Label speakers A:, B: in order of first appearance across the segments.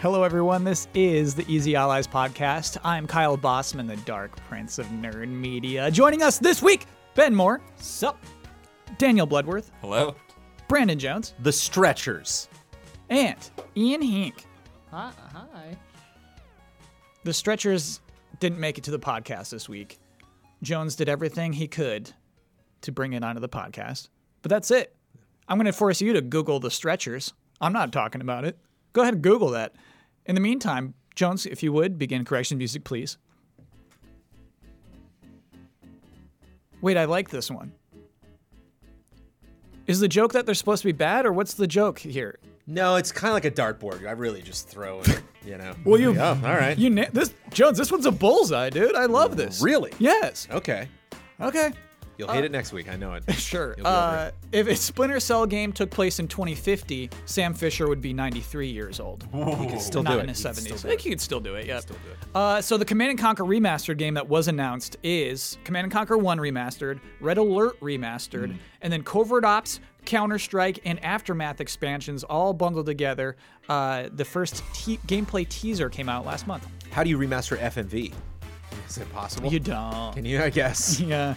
A: Hello, everyone. This is the Easy Allies podcast. I'm Kyle Bossman, the Dark Prince of Nerd Media. Joining us this week, Ben Moore, sup, Daniel Bloodworth,
B: Hello?
A: Brandon Jones,
C: The Stretchers.
A: and Ian Hink.
D: Hi. hi.
A: The Stretchers didn't make it to the podcast this week. Jones did everything he could to bring it onto the podcast, but that's it. I'm going to force you to Google the Stretchers. I'm not talking about it. Go ahead and Google that. In the meantime, Jones, if you would, begin correction music, please. Wait, I like this one. Is the joke that they're supposed to be bad, or what's the joke here?
C: No, it's kind of like a dartboard. I really just throw it, you know.
A: Well, you-
C: Yeah, all right.
A: You na- this Jones, this one's a bullseye, dude. I love this.
C: Really?
A: Yes.
C: okay.
A: Okay.
C: You'll hate it next week. I know it.
A: Uh, Sure.
C: You'll be over
A: Uh, if a Splinter Cell game took place in 2050, Sam Fisher would be 93 years old.
C: We can still
A: Not
C: do
A: in
C: it.
A: his
C: You can
A: 70s.
C: still
A: I
C: do
A: think
C: it.
A: you could still do it, yeah.
C: Still do it.
A: Uh, so the Command and Conquer remastered game that was announced is Command and Conquer 1 remastered, Red Alert remastered,
C: Hmm.
A: and then Covert Ops, Counter Strike, and Aftermath expansions all bundled together. Uh, the first te- gameplay teaser came out last month.
C: How do you remaster FMV? Is it possible?
A: You don't.
C: can you? I guess.
A: Yeah.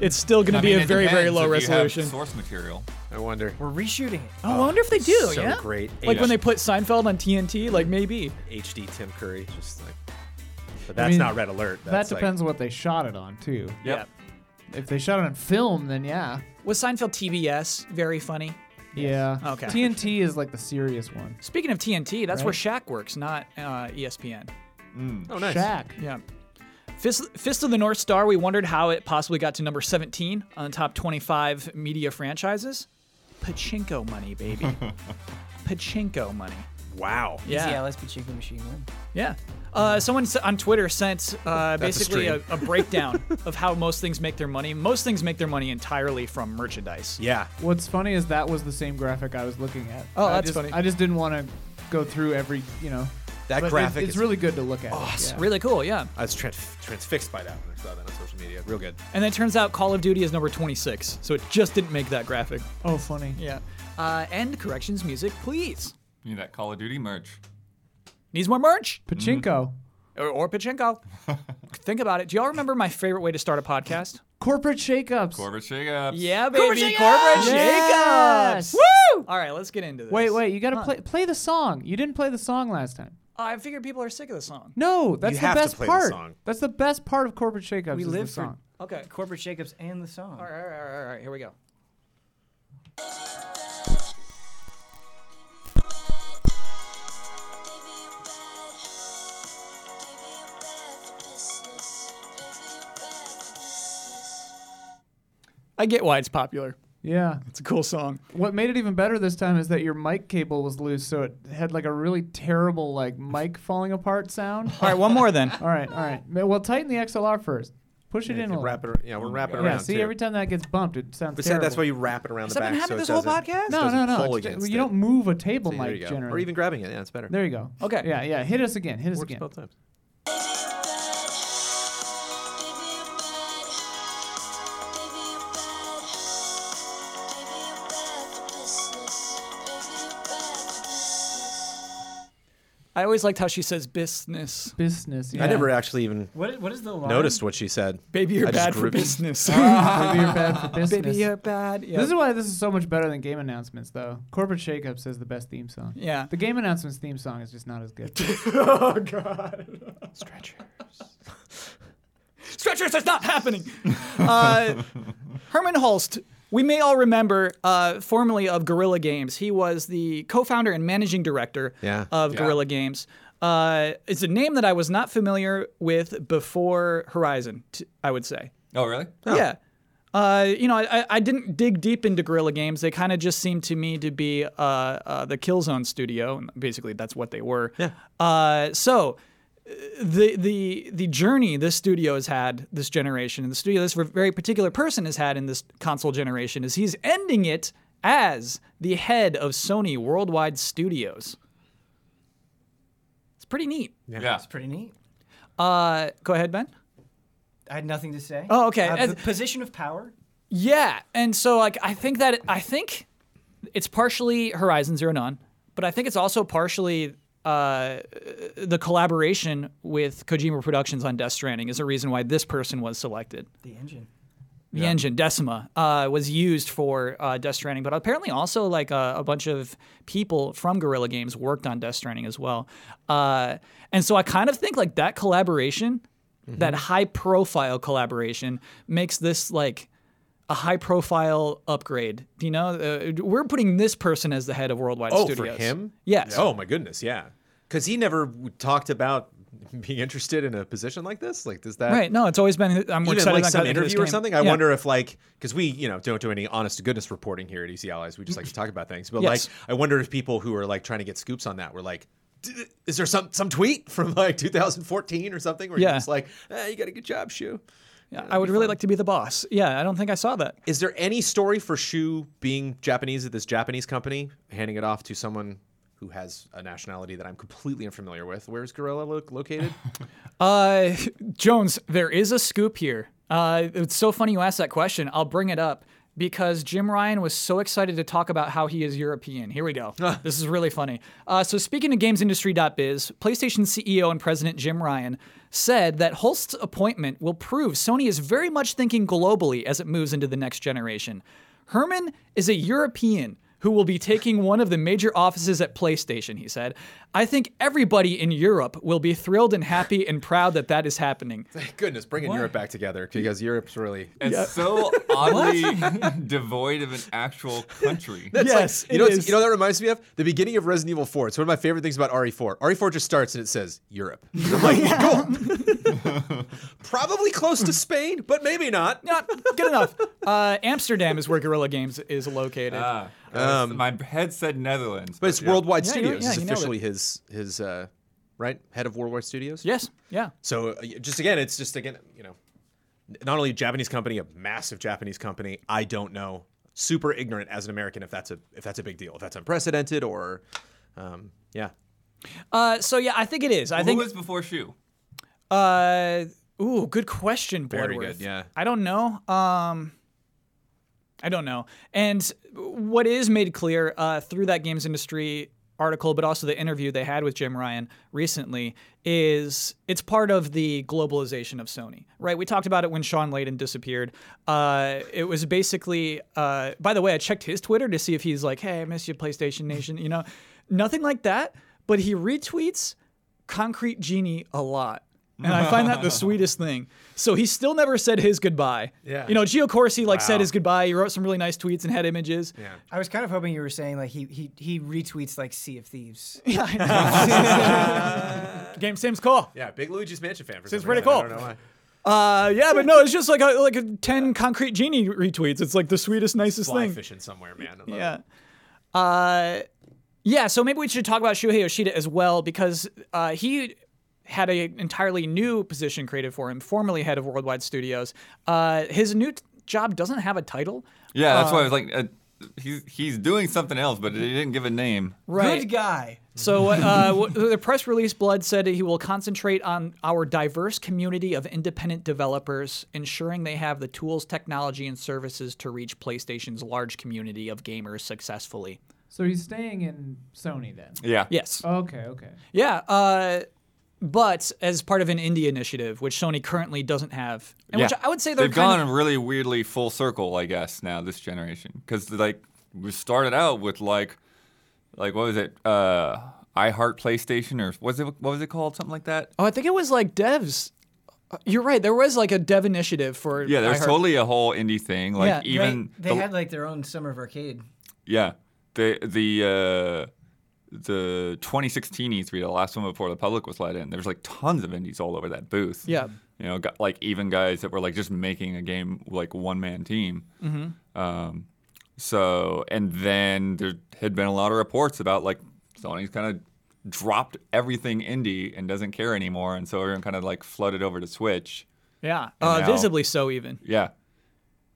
A: It's still going to
B: I
A: be
B: mean,
A: a
B: it
A: very, very
B: depends
A: low
B: if you have
A: resolution.
B: source material.
C: I wonder.
D: We're reshooting it.
A: Oh, I wonder if they do.
C: so
A: yeah,
C: great.
A: Like when
C: Yeah.
A: they put Seinfeld on TNT, like maybe.
C: HD Tim Curry, just like. But that's
D: mean,
C: not Red Alert. That's
D: that
C: like-
D: depends what they shot it on, too.
B: Yep.
D: If they shot it on film, then yeah.
A: Was Seinfeld TBS very funny?
D: Yeah.
A: Okay.
D: TNT is like the serious one.
A: Speaking of TNT, that's where
D: Right.
A: Shaq works, not uh, ESPN.
C: oh, nice.
D: Shaq.
A: Yeah. Fist, Fist of the North Star, we wondered how it possibly got to number 17 on top 25 media franchises. Pachinko money, baby. Pachinko money.
C: Wow.
A: Yeah.
E: Yeah, let's be chicken machine one.
A: Yeah. Uh, someone s- on Twitter sent uh, basically a,
C: stream.
A: a breakdown of how most things make their money. Most things make their money entirely from merchandise.
C: Yeah.
D: What's funny is that was the same graphic I was looking at.
A: Oh,
D: I
A: that's
D: just-
A: funny.
D: I just didn't want to go through every, you know.
C: That
D: but it-
C: graphic
D: It's
C: is
D: really good to look at. Awesome.
A: Really cool, yeah.
C: I was transf transfixed by that when I saw that on social media. Real good.
A: And then it turns out Call of Duty is number 26, so it just didn't make that graphic.
D: Oh, funny.
A: Yeah. Uh, and corrections music, please.
B: You need that Call of Duty merch.
A: Needs more merch
D: Pachinko.
A: or, or Pachinko. Think about it. Do y'all remember my favorite way to start a podcast?
D: Corporate shakeups.
B: Corporate shakeups.
A: Yeah, baby. Corporate shakeups.
D: Yes!
A: Woo! All right, let's get into this.
D: Wait, wait. You got to play play the song. You didn't play the song last time.
A: I figured people are sick of the song.
D: No, that's the
C: have to
D: best
C: play the
D: part.
C: song.
D: That's the best part of corporate shakeups.
E: We
D: is
E: live
D: the
E: for-
D: song.
A: Okay.
E: Corporate shakeups and the song.
A: All right, all right, all right, all right. Here we go. I get why it's popular.
D: Yeah.
A: It's a cool song.
D: What made it even better this time is that your mic cable was loose, so it had like a really terrible like mic falling apart sound.
A: All right, one more then.
D: all right, all right. Ma- Well, tighten the XLR first. Push it in a little.
C: Wrap it. ar- Yeah, we're wrapping
B: Yeah,
C: around.
D: yeah. See,
C: too.
D: every time that gets bumped, it sounds.
C: But Sam,
D: terrible.
C: that's why you wrap it around
A: Has
C: the
A: that
C: back.
A: been
C: so
A: happening
C: it
A: this whole
C: doesn't-
A: podcast?
C: it
D: No, no,
C: doesn't
D: no.
C: pull
D: it's ju-
C: against
D: you
C: it.
D: don't move a table
C: There
D: mic
C: you go.
D: generally.
C: Or even grabbing it. Yeah, it's better.
D: there you go.
A: Okay.
D: Yeah, yeah. Hit us again. Hit us
C: Works
D: again.
C: both times.
A: I always liked how she says business.
D: Business. Yeah.
C: I never actually even
E: What, what is the line?
C: noticed what she said.
A: Baby, you're
C: I just
A: bad for
C: grouped-
A: business.
D: Maybe you're bad
C: uh,
D: for business.
A: Baby, you're bad. Yeah.
D: This is why this is so much better than game announcements, though. Corporate shakeups is the best theme song.
A: Yeah.
D: The game announcements theme song is just not as good.
C: Stretcher.
A: Stretchers, it's not happening. uh, Herman Holst, we may all remember, uh, formerly of Guerrilla Games. He was the co-founder and managing director
C: Yeah.
A: of
B: Yeah.
A: Guerrilla Games. Uh, it's a name that I was not familiar with before Horizon. t- I would say.
B: Oh, really?
A: Yeah. Uh, you know, I, I- I didn't dig deep into Guerrilla Games. They kind of just seemed to me to be uh, uh, the Killzone studio. and Basically, that's what they were. Yeah. Uh, so uh, the the the journey this studio has had this generation, and the studio this very particular person has had in this console generation, is he's ending it as the head of Sony Worldwide Studios. It's pretty neat.
B: Yeah.
E: It's pretty neat.
A: Uh, go ahead, Ben.
E: I had nothing to say.
A: Oh, okay.
E: Uh,
A: As-
E: p- position of power.
A: Yeah, and so like I think that I think it's partially Horizon Zero Dawn, but I think it's also partially uh, the collaboration with Kojima Productions on Death Stranding is the reason why this person was selected.
E: The engine.
A: The engine Decima uh, was used for uh, Death Stranding, but apparently also like uh, a, a bunch of people from Guerrilla Games worked on Death Stranding as well. Uh, and so I kind of think like that collaboration,
F: Mm-hmm.
A: that high profile collaboration, makes this like a high profile upgrade. You know, uh, we're putting this person as the head of Worldwide
F: Oh,
A: Studios.
F: for him?
A: Yes.
F: Oh my goodness, yeah. Because he never w- talked about being interested in a position like this. Like, does that
A: Right. No, it's always been. I'm
F: even
A: excited
F: like
A: I got
F: some
A: into this
F: interview or
A: game.
F: something? I
A: Yeah.
F: wonder if like because we you know don't do any honest to goodness reporting here at EC Allies. We just like to talk about things, but
A: Yes.
F: like I wonder if people who are like trying to get scoops on that were like. "D- Is there some some tweet from like 2014 or something where
A: Yeah.
F: you're just like, eh, you got a good job, Shu?
A: Yeah, I would really like to be the boss. Yeah, I don't think I saw that.
F: Is there any story for Shu being Japanese at this Japanese company, handing it off to someone who has a nationality that I'm completely unfamiliar with? Where is Gorilla lo- located?
A: Uh, Jones, there is a scoop here. Uh, it's so funny you asked that question. I'll bring it up because Jim Ryan was so excited to talk about how he is European. Here we go. this is really funny. Uh, so, speaking to GamesIndustry.biz, PlayStation CEO and President Jim Ryan said that Holst's appointment will prove Sony is very much thinking globally as it moves into the next generation. Herman is a European who will be taking one of the major offices at PlayStation, he said. I think everybody in Europe will be thrilled and happy and proud that that is happening.
F: Thank goodness, bringing Europe back together because Europe's really.
B: It's so oddly devoid of an actual country.
F: That's like-
A: Yes,
F: you know,
A: it
F: what's-
A: is.
F: you know what that reminds me of the beginning of Resident Evil 4. It's one of my favorite things about E RE4. RE4 just starts and it says Europe. I'm like, cool. Probably close to Spain, but maybe not.
A: Not good enough. Uh, Amsterdam is where Guerrilla Games is located.
B: Ah, uh,
A: Um,
B: my head said Netherlands.
F: But it's
B: yeah.
F: Worldwide
A: Yeah, you-
F: Studios
A: yeah,
F: is
A: you nailed it.
F: officially his his uh, right head of Worldwide Studios.
A: yes, yeah.
F: So uh, y- just again, it's just again, you know, n- not only a Japanese company, a massive Japanese company. I don't know, super ignorant as an American if that's a if that's a big deal, if that's unprecedented or, um, yeah.
A: Uh, so, yeah, I think it is. I
B: Who
A: think.
B: was before Shu?
A: uh, ooh, good question,
F: Very
A: Bloodworth.
F: good, yeah.
A: I don't know. Um, I don't know. And what is made clear uh, through that games industry article, but also the interview they had with Jim Ryan recently, is it's part of the globalization of Sony, right? We talked about it when Sean Layden disappeared. Uh, it was basically, uh, by the way, I checked his Twitter to see if he's like, hey, I miss you, PlayStation Nation, you know, nothing like that. But he retweets Concrete Genie a lot. And I find that the sweetest thing. So he still never said his goodbye.
F: Yeah.
A: You know, Gio Corsi like said
F: Wow.
A: his goodbye. He wrote some really nice tweets and had images. Yeah.
E: I was kind of hoping you were saying like he he he retweets like Sea of Thieves.
A: Game Sims call.
F: Yeah, big Luigi's Mansion fan. For
A: Seems
F: some
A: pretty
F: reason. I
A: cool.
F: don't know why.
A: Uh, yeah, but no, it's just like a, like a ten concrete genie retweets. It's like the sweetest, nicest
F: Fly
A: thing.
F: fishing somewhere, man. I love
A: Yeah.
F: it.
A: Uh, yeah, so maybe we should talk about Shuhei Yoshida as well because uh, he had an entirely new position created for him, formerly head of Worldwide Studios. Uh, his new t- job doesn't have a title.
B: Yeah, that's why I was like, uh, he's he's doing something else, but he didn't give a name.
E: Good guy.
A: So uh, what- the press release, Blood said he will concentrate on our diverse community of independent developers, ensuring they have the tools, technology, and services to reach PlayStation's large community of gamers successfully.
D: So he's staying in Sony then.
B: Yeah.
A: Yes.
D: Okay, okay.
A: Yeah. Uh, but as part of an indie initiative, which Sony currently doesn't have, and which
B: Yeah.
A: I would say they're
B: They've
A: kind
B: gone really weirdly full circle, I guess, now this generation. Because like we started out with like, like what was it? Uh, I Heart PlayStation or was it what was it called? Something like that.
A: Oh, I think it was like devs. Uh, You're right. There was like a dev initiative for.
B: Yeah, there's
A: iHeart.
B: totally a whole indie thing. Like
A: Yeah,
B: even
E: they,
B: the-
E: they had like their own summer of arcade.
B: Yeah. The the uh, the 2016 E3, the last one before the public was let in. There's like tons of indies all over that booth.
A: Yeah.
B: You know, got, like even guys that were like just making a game like one man team. Mm-hmm. Um, so and then there had been a lot of reports about like Sony's kind of dropped everything indie and doesn't care anymore, and so everyone kind of like flooded over to Switch.
A: Yeah. Uh,
B: now-
A: visibly so, even.
B: Yeah.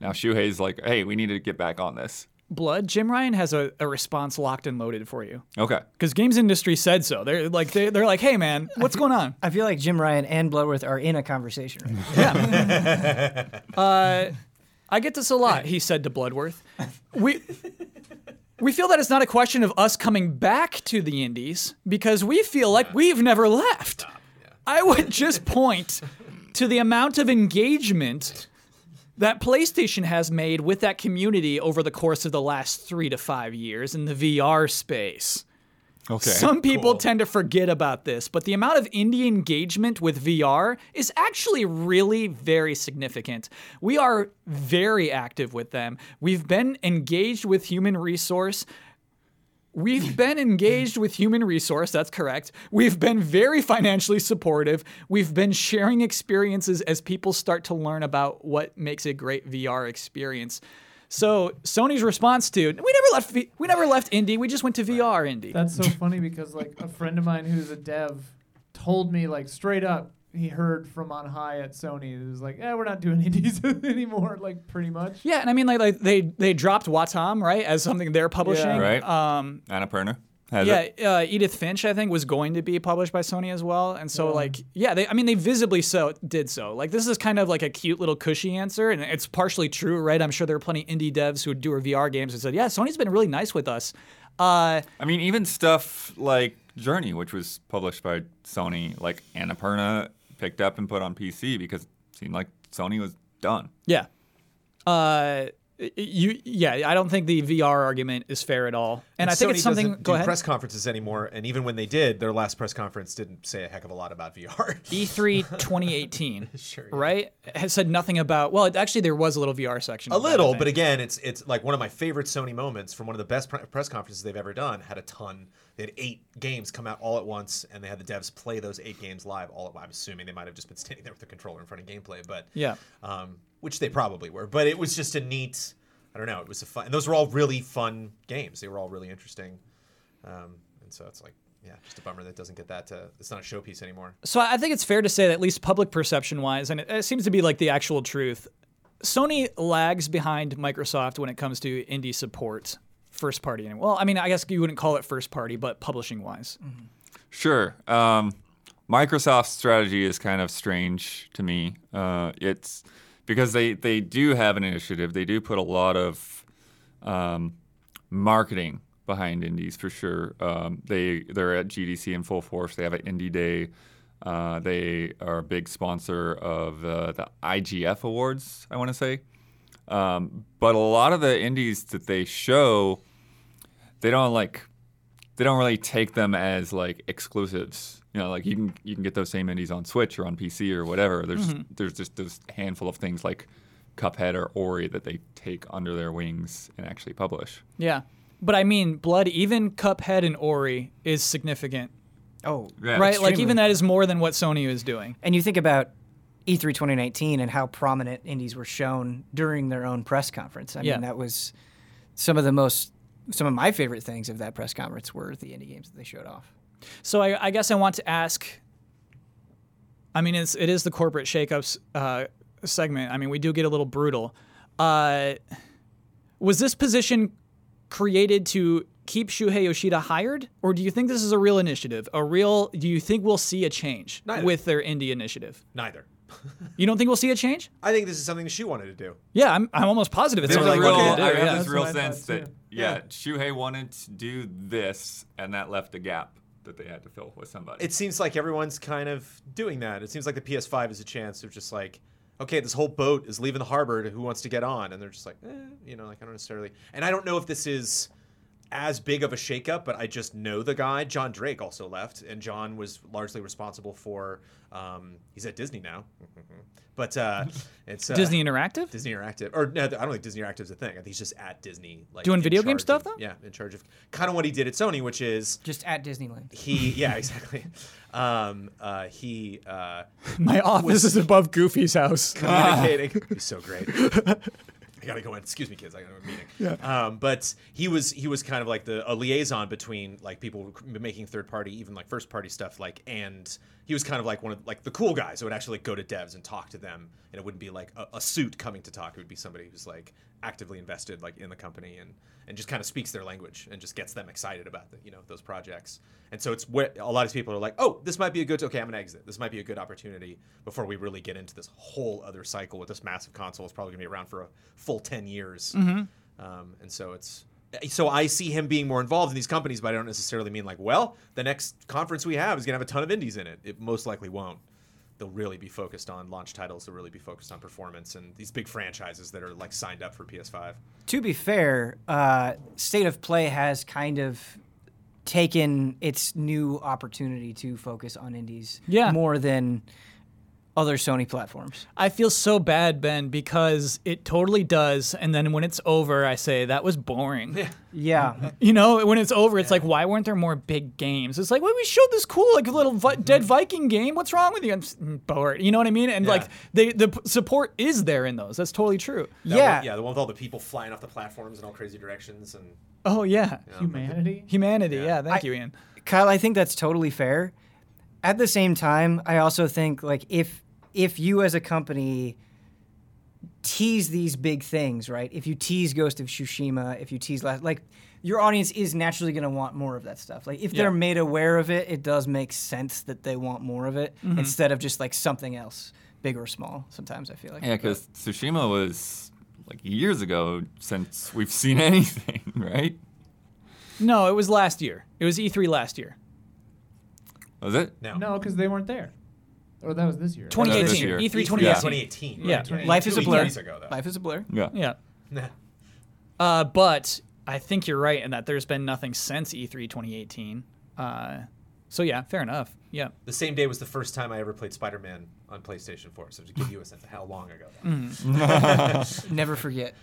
B: Now Shuhei's like, hey, we need to get back on this.
A: Blood. Jim Ryan has a, a response locked and loaded for you.
B: Okay.
A: because games industry said so. They're like they, they're like, hey man, what's going on?
E: I feel like Jim Ryan and Bloodworth are in a conversation. Right now.
A: I get this a lot. He said to Bloodworth, we we feel that it's not a question of us coming back to the indies because we feel like we've never left. I would just point to the amount of engagement that PlayStation has made with that community over the course of the last three to five years in the VR space.
B: Okay.
A: Some people tend to forget about this, but the amount of indie engagement with VR is actually really very significant. We are very active with them. We've been engaged with human resource. We've been engaged with human resource, that's correct. We've been very financially supportive. We've been sharing experiences as people start to learn about what makes a great VR experience. So Sony's response to we never left V- we never left indie. We just went to VR indie.
D: That's so funny because like a friend of mine who's a dev told me like straight up he heard from on high at Sony it was like, yeah, we're not doing indies anymore, like pretty much.
A: Yeah, and I mean, like, like they they dropped Watam right as something they're publishing.
D: Yeah.
B: Right.
A: Um,
B: Anna Perner has
A: yeah.
B: it.
A: Uh, Edith Finch, I think, was going to be published by Sony as well, and so like, yeah, they. I mean, they visibly so did so. Like, this is kind of like a cute little cushy answer, and it's partially true, right? I'm sure there are plenty of indie devs who do VR games and said, yeah, Sony's been really nice with us. Uh,
B: I mean, even stuff like Journey, which was published by Sony, like Annapurna picked up and put on PC because it seemed like Sony was done.
A: yeah. Uh, you yeah, I don't think the VR argument is fair at all, and, I think
F: Sony
A: it's something.
F: doesn't
A: Go
F: do
A: ahead.
F: press conferences anymore, and even when they did, their last press conference didn't say a heck of a lot about VR.
A: E3 2018, right? Has said nothing about. Well, it, actually, there was a little VR section.
F: a
A: of that, I
F: little,
A: think.
F: but again, it's it's like one of my favorite Sony moments from one of the best pre- press conferences they've ever done. Had a ton. They had eight games come out all at once, and they had the devs play those eight games live all at once. I'm assuming they might have just been standing there with the controller in front of gameplay, but
A: Yeah.
F: um, which they probably were. But it was just a neat. I don't know. It was a fun, and those were all really fun games. They were all really interesting, um, and so it's like, yeah, just a bummer that it doesn't get that. To, it's not a showpiece anymore.
A: So I think it's fair to say that at least public perception wise, and it, it seems to be like the actual truth, Sony lags behind Microsoft when it comes to indie support, first party. And well, I mean, I guess you wouldn't call it first party, but publishing wise.
F: Mm-hmm.
B: Sure. Um, Microsoft's strategy is kind of strange to me. Uh, it's because they, they do have an initiative. They do put a lot of um, marketing behind indies for sure. Um, they they're at GDC in full force. They have an Indie Day. Uh, they are a big sponsor of uh, the IGF Awards. I want to say, um, but a lot of the indies that they show, they don't like they don't really take them as like exclusives. You know, like you can you can get those same indies on Switch or on PC or whatever. There's there's just this handful of things like Cuphead or Ori that they take under their wings and actually publish.
A: Yeah. But I mean, Blood, even Cuphead and Ori is significant,
E: Oh,
B: Yeah.
A: right? Like,
E: extremely.
A: even that is more than what Sony is doing.
E: And you think about E E3 2019 and how prominent indies were shown during their own press conference. I
A: Yeah.
E: mean, that was some of the most, some of my favorite things of that press conference were the indie games that they showed off.
A: So I, I guess I want to ask. I mean, it's it is the corporate shakeups uh, segment. I mean, we do get a little brutal. Uh, was this position created to keep Shuhei Yoshida hired, or do you think this is a real initiative? A real? Do you think we'll see a change
F: Neither.
A: with their indie initiative?
F: Neither.
A: You don't think we'll see a change?
F: I think this is something that she wanted to do.
A: Yeah, I'm, I'm almost positive it's
B: There's
A: something
B: a
A: we're gonna
B: real,
A: do,
B: I have
A: yeah.
B: this real
D: what I thought,
B: sense that
D: too.
B: yeah, Shuhei wanted to do this, and that left a gap that they had to fill with somebody.
F: it seems like everyone's kind of doing that. It seems like the PS5 is a chance of just like, okay, this whole boat is leaving the harbor. Who wants to get on? And they're just like, eh, you know, like I don't necessarily. And I don't know if this is as big of a shakeup, but I just know the guy. John Drake also left, and John was largely responsible for. Um, he's at Disney now, but uh, it's uh,
A: Disney Interactive.
F: Disney Interactive, or no, I don't think Disney Interactive is a thing. I think he's just at Disney, like
A: Doing
F: in
A: video game
F: charge
A: stuff,
F: of-
A: though?
F: Yeah, in charge of kind of what he did at Sony, which is
E: Just at Disneyland.
F: he yeah exactly um, uh, he uh,
A: My office is above Goofy's house.
F: communicating he's so great i gotta go in excuse me kids i gotta go to a meeting yeah. um, but he was he was kind of like the a liaison between like people who were making third party even like first party stuff like and he was kind of like one of like the cool guys who would actually like, go to devs and talk to them and it wouldn't be like a, a suit coming to talk it would be somebody who's like actively invested like in the company and and just kind of speaks their language and just gets them excited about the, you know those projects and so it's where a lot of people are like oh this might be a good okay i'm gonna exit this might be a good opportunity before we really get into this whole other
E: Mm-hmm.
F: cycle with this massive console it's probably gonna be around for a full 10 years um, and so it's so I see him being more involved in these companies, but I don't necessarily mean like, well, the next conference we have is gonna have a ton of indies in it. It most likely won't. They'll really be focused on launch titles. They'll really be focused on performance and these big franchises that are like signed up for PS5.
E: To be fair, uh, State of Play has kind of taken its new opportunity to focus on indies
A: Yeah.
E: more than other Sony platforms.
A: I feel so bad, Ben, because it totally does. And then when it's over, I say, that was boring.
E: Yeah.
A: You know, when it's over, it's like, why weren't there more big games? It's like, well, we showed this cool, like, little vi- dead Viking game. What's wrong with you? I'm s- "Mm, bored. You know what I mean? And, like, they, the p- support is there in those. That's totally true.
F: That
E: yeah.
F: one, yeah, the one with all the people flying off the platforms in all crazy directions and
A: Oh, yeah.
D: Humanity.
A: Humanity. Yeah. thank you, Ian.
E: Kyle, I think that's totally fair. At the same time, I also think like if if you as a company tease these big things, right? If you tease Ghost of Tsushima, if you tease last, like your audience is naturally going to want more of that stuff. Like if
A: Yeah.
E: they're made aware of it, it does make sense that they want more of it instead of just like something else, big or small. Sometimes I feel like
B: Yeah, because Tsushima was like years ago since we've seen anything, right?
A: No, it was last year. It was E3 last year.
B: Was it?
F: now.
D: No, because they weren't there. Or that was this year.
B: this
A: 2018.
B: year.
A: E3
F: E3
A: 2018.
B: Yeah.
F: 2018.
A: Yeah.
F: right,
E: life is
F: Two
E: a blur.
F: years ago, though.
E: Life is a blur.
B: Yeah.
A: Yeah.
F: Nah.
A: Uh, but I think you're right in that there's been nothing since E E3 2018. Uh, so yeah, fair enough. Yeah.
F: The same day was the first time I ever played Spider-Man on PlayStation 4. So to give you a sense of how long ago that was.
E: Never forget.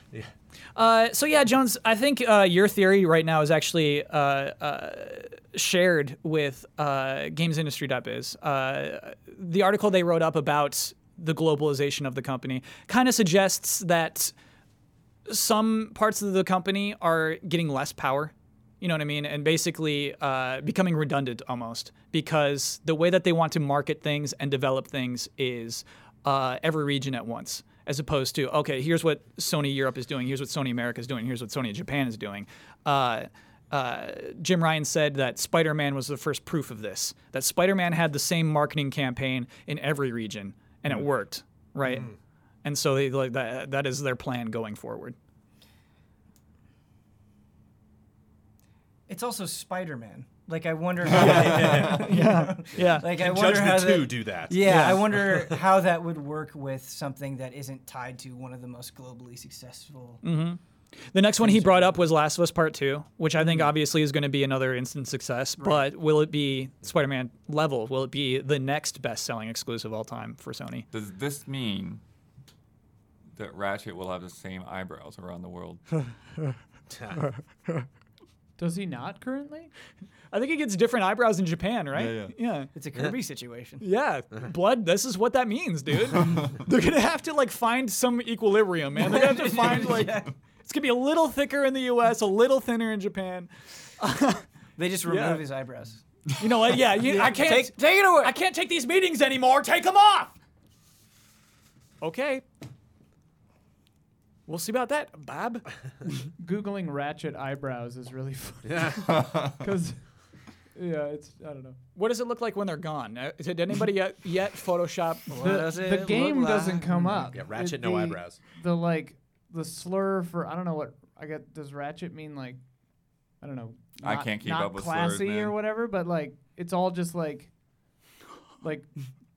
A: Uh, so yeah, Jones, I think uh, your theory right now is actually uh, uh, shared with uh, GamesIndustry.biz. Uh, the article they wrote up about the globalization of the company kind of suggests that some parts of the company are getting less power. You know what I mean? And basically uh, becoming redundant almost because the way that they want to market things and develop things is uh, every region at once, as opposed to, okay, here's what Sony Europe is doing, here's what Sony America is doing, here's what Sony Japan is doing. Uh, uh, Jim Ryan said that Spider Man was the first proof of this, that Spider Man had the same marketing campaign in every region, and it worked, right? And so they, like, that, that is their plan going forward.
E: It's also Spider-Man. Like I wonder how
A: Yeah.
E: like I
F: Judge
E: wonder how
F: the
E: that-
F: two do that.
E: Yeah, I wonder how that would work with something that isn't tied to one of the most globally successful.
A: The next one he brought up was Last of Us Part 2, which I think obviously is going to be another instant success, but will it be Spider Man level? Will it be the next best selling exclusive all time for Sony?
B: Does this mean that Ratchet will have the same eyebrows around the world?
D: Does he not currently?
A: I think it gets different eyebrows in Japan, right?
B: Yeah,
A: yeah.
E: It's a Kirby situation.
A: Yeah, blood. This is what that means, dude. They're gonna have to like find some equilibrium, man. They're gonna have to find like it's gonna be a little thicker in the U.S., a little thinner in Japan.
E: They just remove
A: Yeah.
E: his eyebrows.
A: You know what? Yeah, you, I can't
E: Take, take it away.
A: I can't take these meetings anymore. Take them off. Okay. We'll see about that, Bob.
D: Googling ratchet eyebrows is really funny. Yeah. Because, yeah, it's, I don't know.
A: What does it look like when they're gone? Uh, Did anybody yet, yet Photoshop?
E: What
D: The,
E: does it
D: the
E: look
D: game
E: like?
D: doesn't come
B: Mm,
D: up.
F: Yeah,
D: It-
F: Ratchet, no
D: the-
F: eyebrows.
D: The, like, the slur for, I don't know what, I get, does ratchet mean, like, I don't know.
B: I
D: not-
B: can't keep
D: not
B: up with slurs,
D: classy or
B: man.
D: whatever, but, like, it's all just, like, like,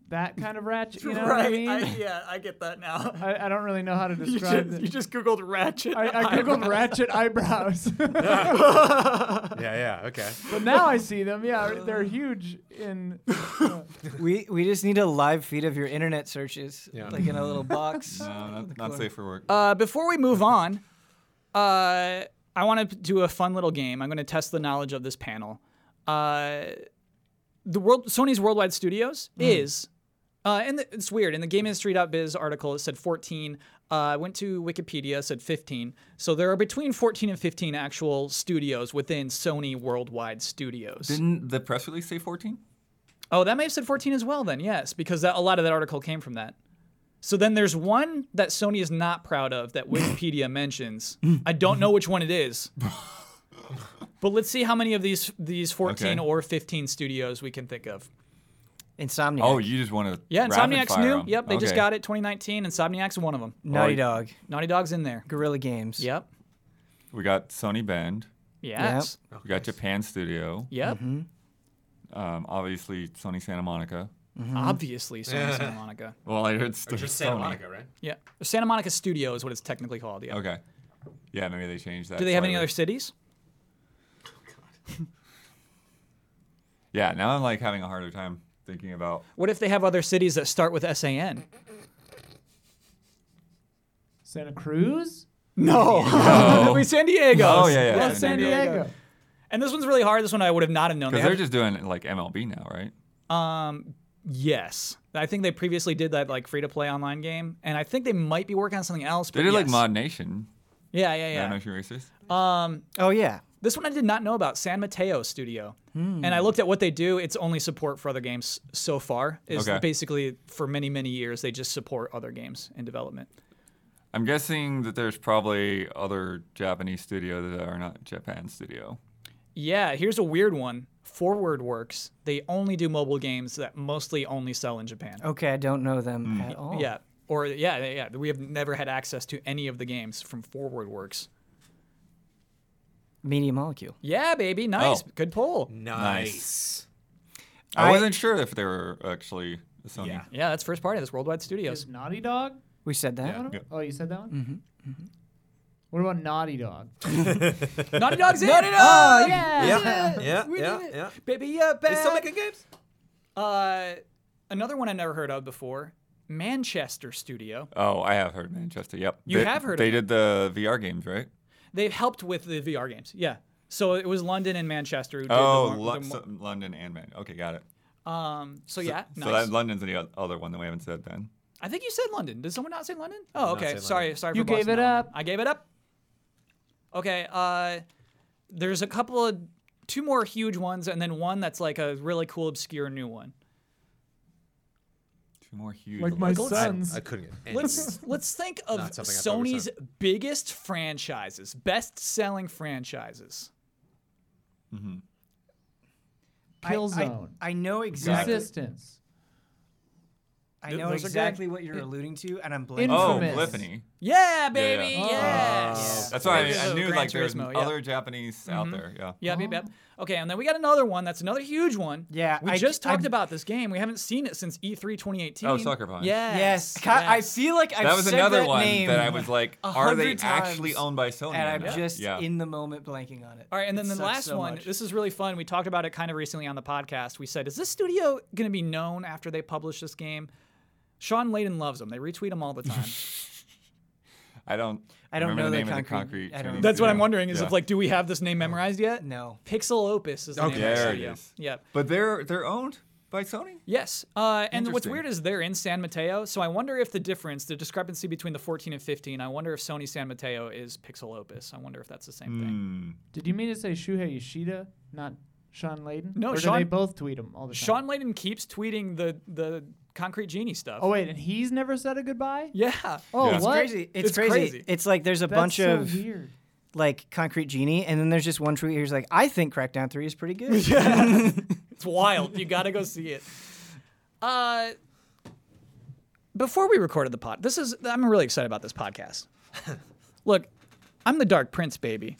D: that kind of ratchet, you know what I mean?
A: yeah, I get that now.
D: I, I don't really know how to describe it.
A: googled ratchet.
D: I, I googled ratchet eyebrows, but
F: Yeah, yeah, okay.
D: now I see them. Yeah, they're huge. In
E: We we just need a live feed of your internet searches,
F: Yeah.
E: like in a little box.
B: No, not, not safe for
F: Oh.
B: work.
A: Uh, before we move on, uh, I want to do a fun little game. I'm going to test the knowledge of this panel. Uh, the world, Sony's worldwide studios is, uh, and the, it's weird. In the GameIndustry.biz article, it said 14. Uh, I went to Wikipedia, it said 15. So there are between 14 and 15 actual studios within Sony worldwide studios.
B: Didn't the press release say 14?
A: Oh, that may have said 14 as well, then, yes, because that, a lot of that article came from that. So then there's one that Sony is not proud of that Wikipedia mentions. I don't know which one it is. but let's see how many of these these 14
B: Okay.
A: or 15 studios we can think of.
E: Insomniac.
B: Oh, you just want to.
A: Yeah, Insomniac's new. Yep, they just got it 2019. Insomniac's one of them.
E: Naughty
B: Oh,
E: Dog,
A: Naughty Dog's in there.
E: Guerrilla Games.
A: Yep.
B: we got Sony Bend.
A: Yes.
B: we got Japan Studio.
A: Yep.
B: Um, obviously Sony Santa Monica.
A: Obviously, Sony Santa Monica.
B: Well, I heard it's
F: Or
B: still
F: just Santa
B: Sony.
F: Monica, right?
A: Yeah, Santa Monica Studio is what it's technically called. Yeah.
B: Okay. Yeah, maybe they changed that.
A: Do they have any
B: slightly.
A: other cities?
B: Yeah, now I'm like having a harder time thinking about.
A: What if they have other cities that start with S A N?
D: Santa Cruz?
A: No. It'd be San Diego.
B: Oh, yeah, yeah,
A: Love
D: San
A: San Diego.
D: Diego.
A: And this one's really hard. This one I would have not have known. They
B: Because they're
A: have-
B: just doing like MLB now, right?
A: yes. I think they previously did that like free to play online game, and I think they might be working on something else.
B: They
A: but
B: did like
A: yes.
B: Mod Nation.
A: Yeah, yeah, yeah.
B: Yeah. Nation Racers.
E: Oh yeah.
A: This one I did not know about San Mateo Studio, and I looked at what they do. It's only support for other games so far. Is
B: Okay.
A: basically for many many years they just support other games in development.
B: I'm guessing that there's probably other Japanese studio that are not Japan studio.
A: Yeah, here's a weird one. Forward Works. They only do mobile games that mostly only sell in Japan.
E: Okay, I don't know them at
B: Oh.
E: all.
A: Yeah, or yeah, yeah. yeah. We have never had access to any of the games from Forward Works.
E: Media molecule.
A: Yeah, baby, nice,
B: Oh.
A: good pull.
B: Nice.
F: Nice.
B: I,
E: I-
B: wasn't sure if they were actually Sony.
F: Yeah.
A: Yeah, that's first party. That's Worldwide Studios.
D: Is Naughty Dog?
E: We said that.
D: one of
B: Yeah.
D: them? Oh, you said that one? Mm-hmm. What about Naughty Dog?
A: Naughty Dog's in. Ah! Naughty Dog.
D: yeah.
F: Yeah, yeah,
A: We
F: yeah,
A: did it.
F: yeah.
A: Baby, yeah,
F: They still
A: back.
F: making games?
A: Uh, another one I never heard of before. Manchester Studio.
B: Oh, I have heard Manchester. Yep.
A: You
B: They-
A: have heard of
B: They
A: it.
B: did the VR games, right?
A: They've helped with the VR games. Yeah. So it was London and Manchester who did
B: Oh,
A: the, mo-
B: Lo-
A: the mo-
B: so- London and Man. Okay, got it.
A: um. So, yeah, nice.
B: So that London's the o- other one that we haven't said then.
A: I think you said London. Did someone not say London? Oh,
F: not
A: okay.
F: say
A: Sorry,
F: London.
A: sorry.
D: You
A: for busting
D: gave it
A: that one.
D: up.
A: I gave it up. Okay. Uh, there's a couple of two more huge ones, and then one that's like a really cool obscure new one.
B: Two more huge.
D: Like my
B: ones.
F: I,
D: sons.
F: I couldn't get any.
A: Let's let's think of
F: Not something I thought we were
A: Sony's biggest franchises, best-selling franchises.
E: I- I,
D: Killzone.
E: I, know exactly.
D: Resistance.
E: I
A: Th-
E: know
A: those are good.
E: exactly what you're alluding to, and I'm blaming.
B: Oh,
D: Infamous.
B: Polyphony.
A: Yeah, baby.
B: yeah.
A: Yes.
B: That's why
A: Yeah.
B: I, I knew
A: Gran
B: like there's
A: Turismo, yeah.
B: other Japanese out there. Yeah.
A: Yep, yep, yep. Okay, and then we got another one. That's another huge one.
E: Yeah,
A: we
E: I-
A: just talked
E: I-
A: about this game. We haven't seen it since E E3 2018.
B: Oh, Sucker Punch.
A: Yes,
E: Yes. Ki- I
A: yes.
E: feel like I've
B: that was
E: said
B: another
E: that
B: one
E: name,
B: that I was like,
E: a
B: are they
E: hundred
B: actually
E: times,
B: owned by Sony?
E: and
B: or
E: I'm
B: not?
E: just
B: yeah.
E: in the moment blanking on it.
A: All right, and then
E: It
A: the
E: sucks
A: last
E: so
A: one.
E: much.
A: This is really fun. We talked about it kind of recently on the podcast. We said, is this studio going to be known after they publish this game? Sean Layden loves them. They retweet them all the time.
B: I don't.
E: I don't
B: remember
E: know
B: the
E: the
B: name of the
E: concrete-
B: concrete.
E: I don't
B: Chinese
E: remember.
A: That's what I'm
B: studio.
A: wondering is
B: Yeah.
A: if like, do we have this name memorized yet?
E: No.
A: Pixel Opus is the name of the
B: There it
A: studio.
B: is.
A: Yep.
B: But they're they're owned by Sony.
A: Yes. Uh, and what's
B: Interesting.
A: weird is they're in San Mateo, so I wonder if the difference, the discrepancy between the 14 and 15, I wonder if Sony San Mateo is Pixel Opus. I wonder if that's the same thing.
D: Hmm. Did you mean to say Shuhei Yoshida, not Sean Layden?
A: No,
D: or
A: Sean-
D: Do they both tweet him all the
A: Sean
D: time.
A: Layden keeps tweeting the the Concrete Genie stuff.
D: Oh wait, and he's never said a goodbye.
A: yeah.
D: Oh
B: Yeah. It's
D: what?
E: Crazy. It's,
A: It's
E: crazy.
A: crazy.
E: It's like there's a
D: That's
E: bunch
D: so
E: of
D: weird.
E: like Concrete Genie, and then there's just one tweet who's like, I think Crackdown 3 is pretty good.
A: It's wild. you got to go see it. Uh, before we recorded the pod, this is I'm really excited about this podcast. Look, I'm the Dark Prince, baby.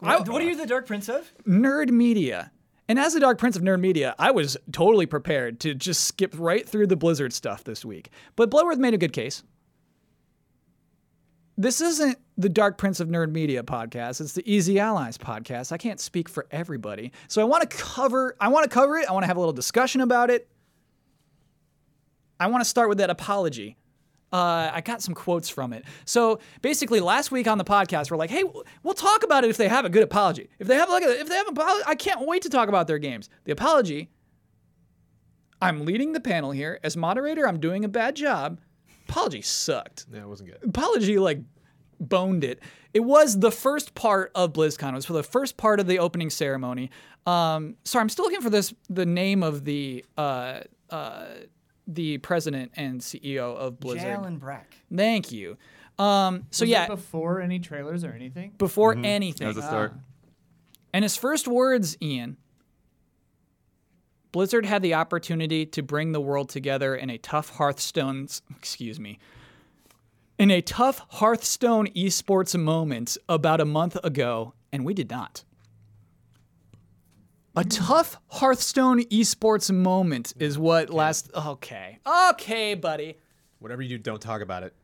E: what, what are you the Dark Prince of?
A: Nerd Media. And as the Dark Prince of Nerd Media, I was totally prepared to just skip right through the Blizzard stuff this week. But Bloodworth made a good case. This isn't the Dark Prince of Nerd Media podcast. It's the Easy Allies podcast. I can't speak for everybody. So I want to cover I want to cover it. I want to have a little discussion about it. I want to start with that apology. Uh, I got some quotes from it. So basically, last week on the podcast, we're like, "Hey, w- we'll talk about it if they have a good apology. If they have like, a, if they have an apology, I can't wait to talk about their games." The apology. I'm leading the panel here as moderator. I'm doing a bad job. Apology sucked
F: Yeah, it wasn't good.
A: apology like boned it. It was the first part of BlizzCon. It was for the first part of the opening ceremony. Um, sorry, I'm still looking for this the name of the uh, uh, the president and CEO of Blizzard.
E: Jalen Brack.
A: Thank you. Um, so
D: Was
A: yeah,
D: it before any trailers or anything.
A: before
F: Mm-hmm.
B: That
A: anything,
B: was a start.
A: and his first words, Ian Blizzard had the opportunity to bring the world together in a tough Hearthstone's, excuse me, in a tough Hearthstone esports moment about a month ago, and we did not. A tough Hearthstone esports moment is what last. Okay. Okay, buddy.
F: Whatever you do, don't talk about it.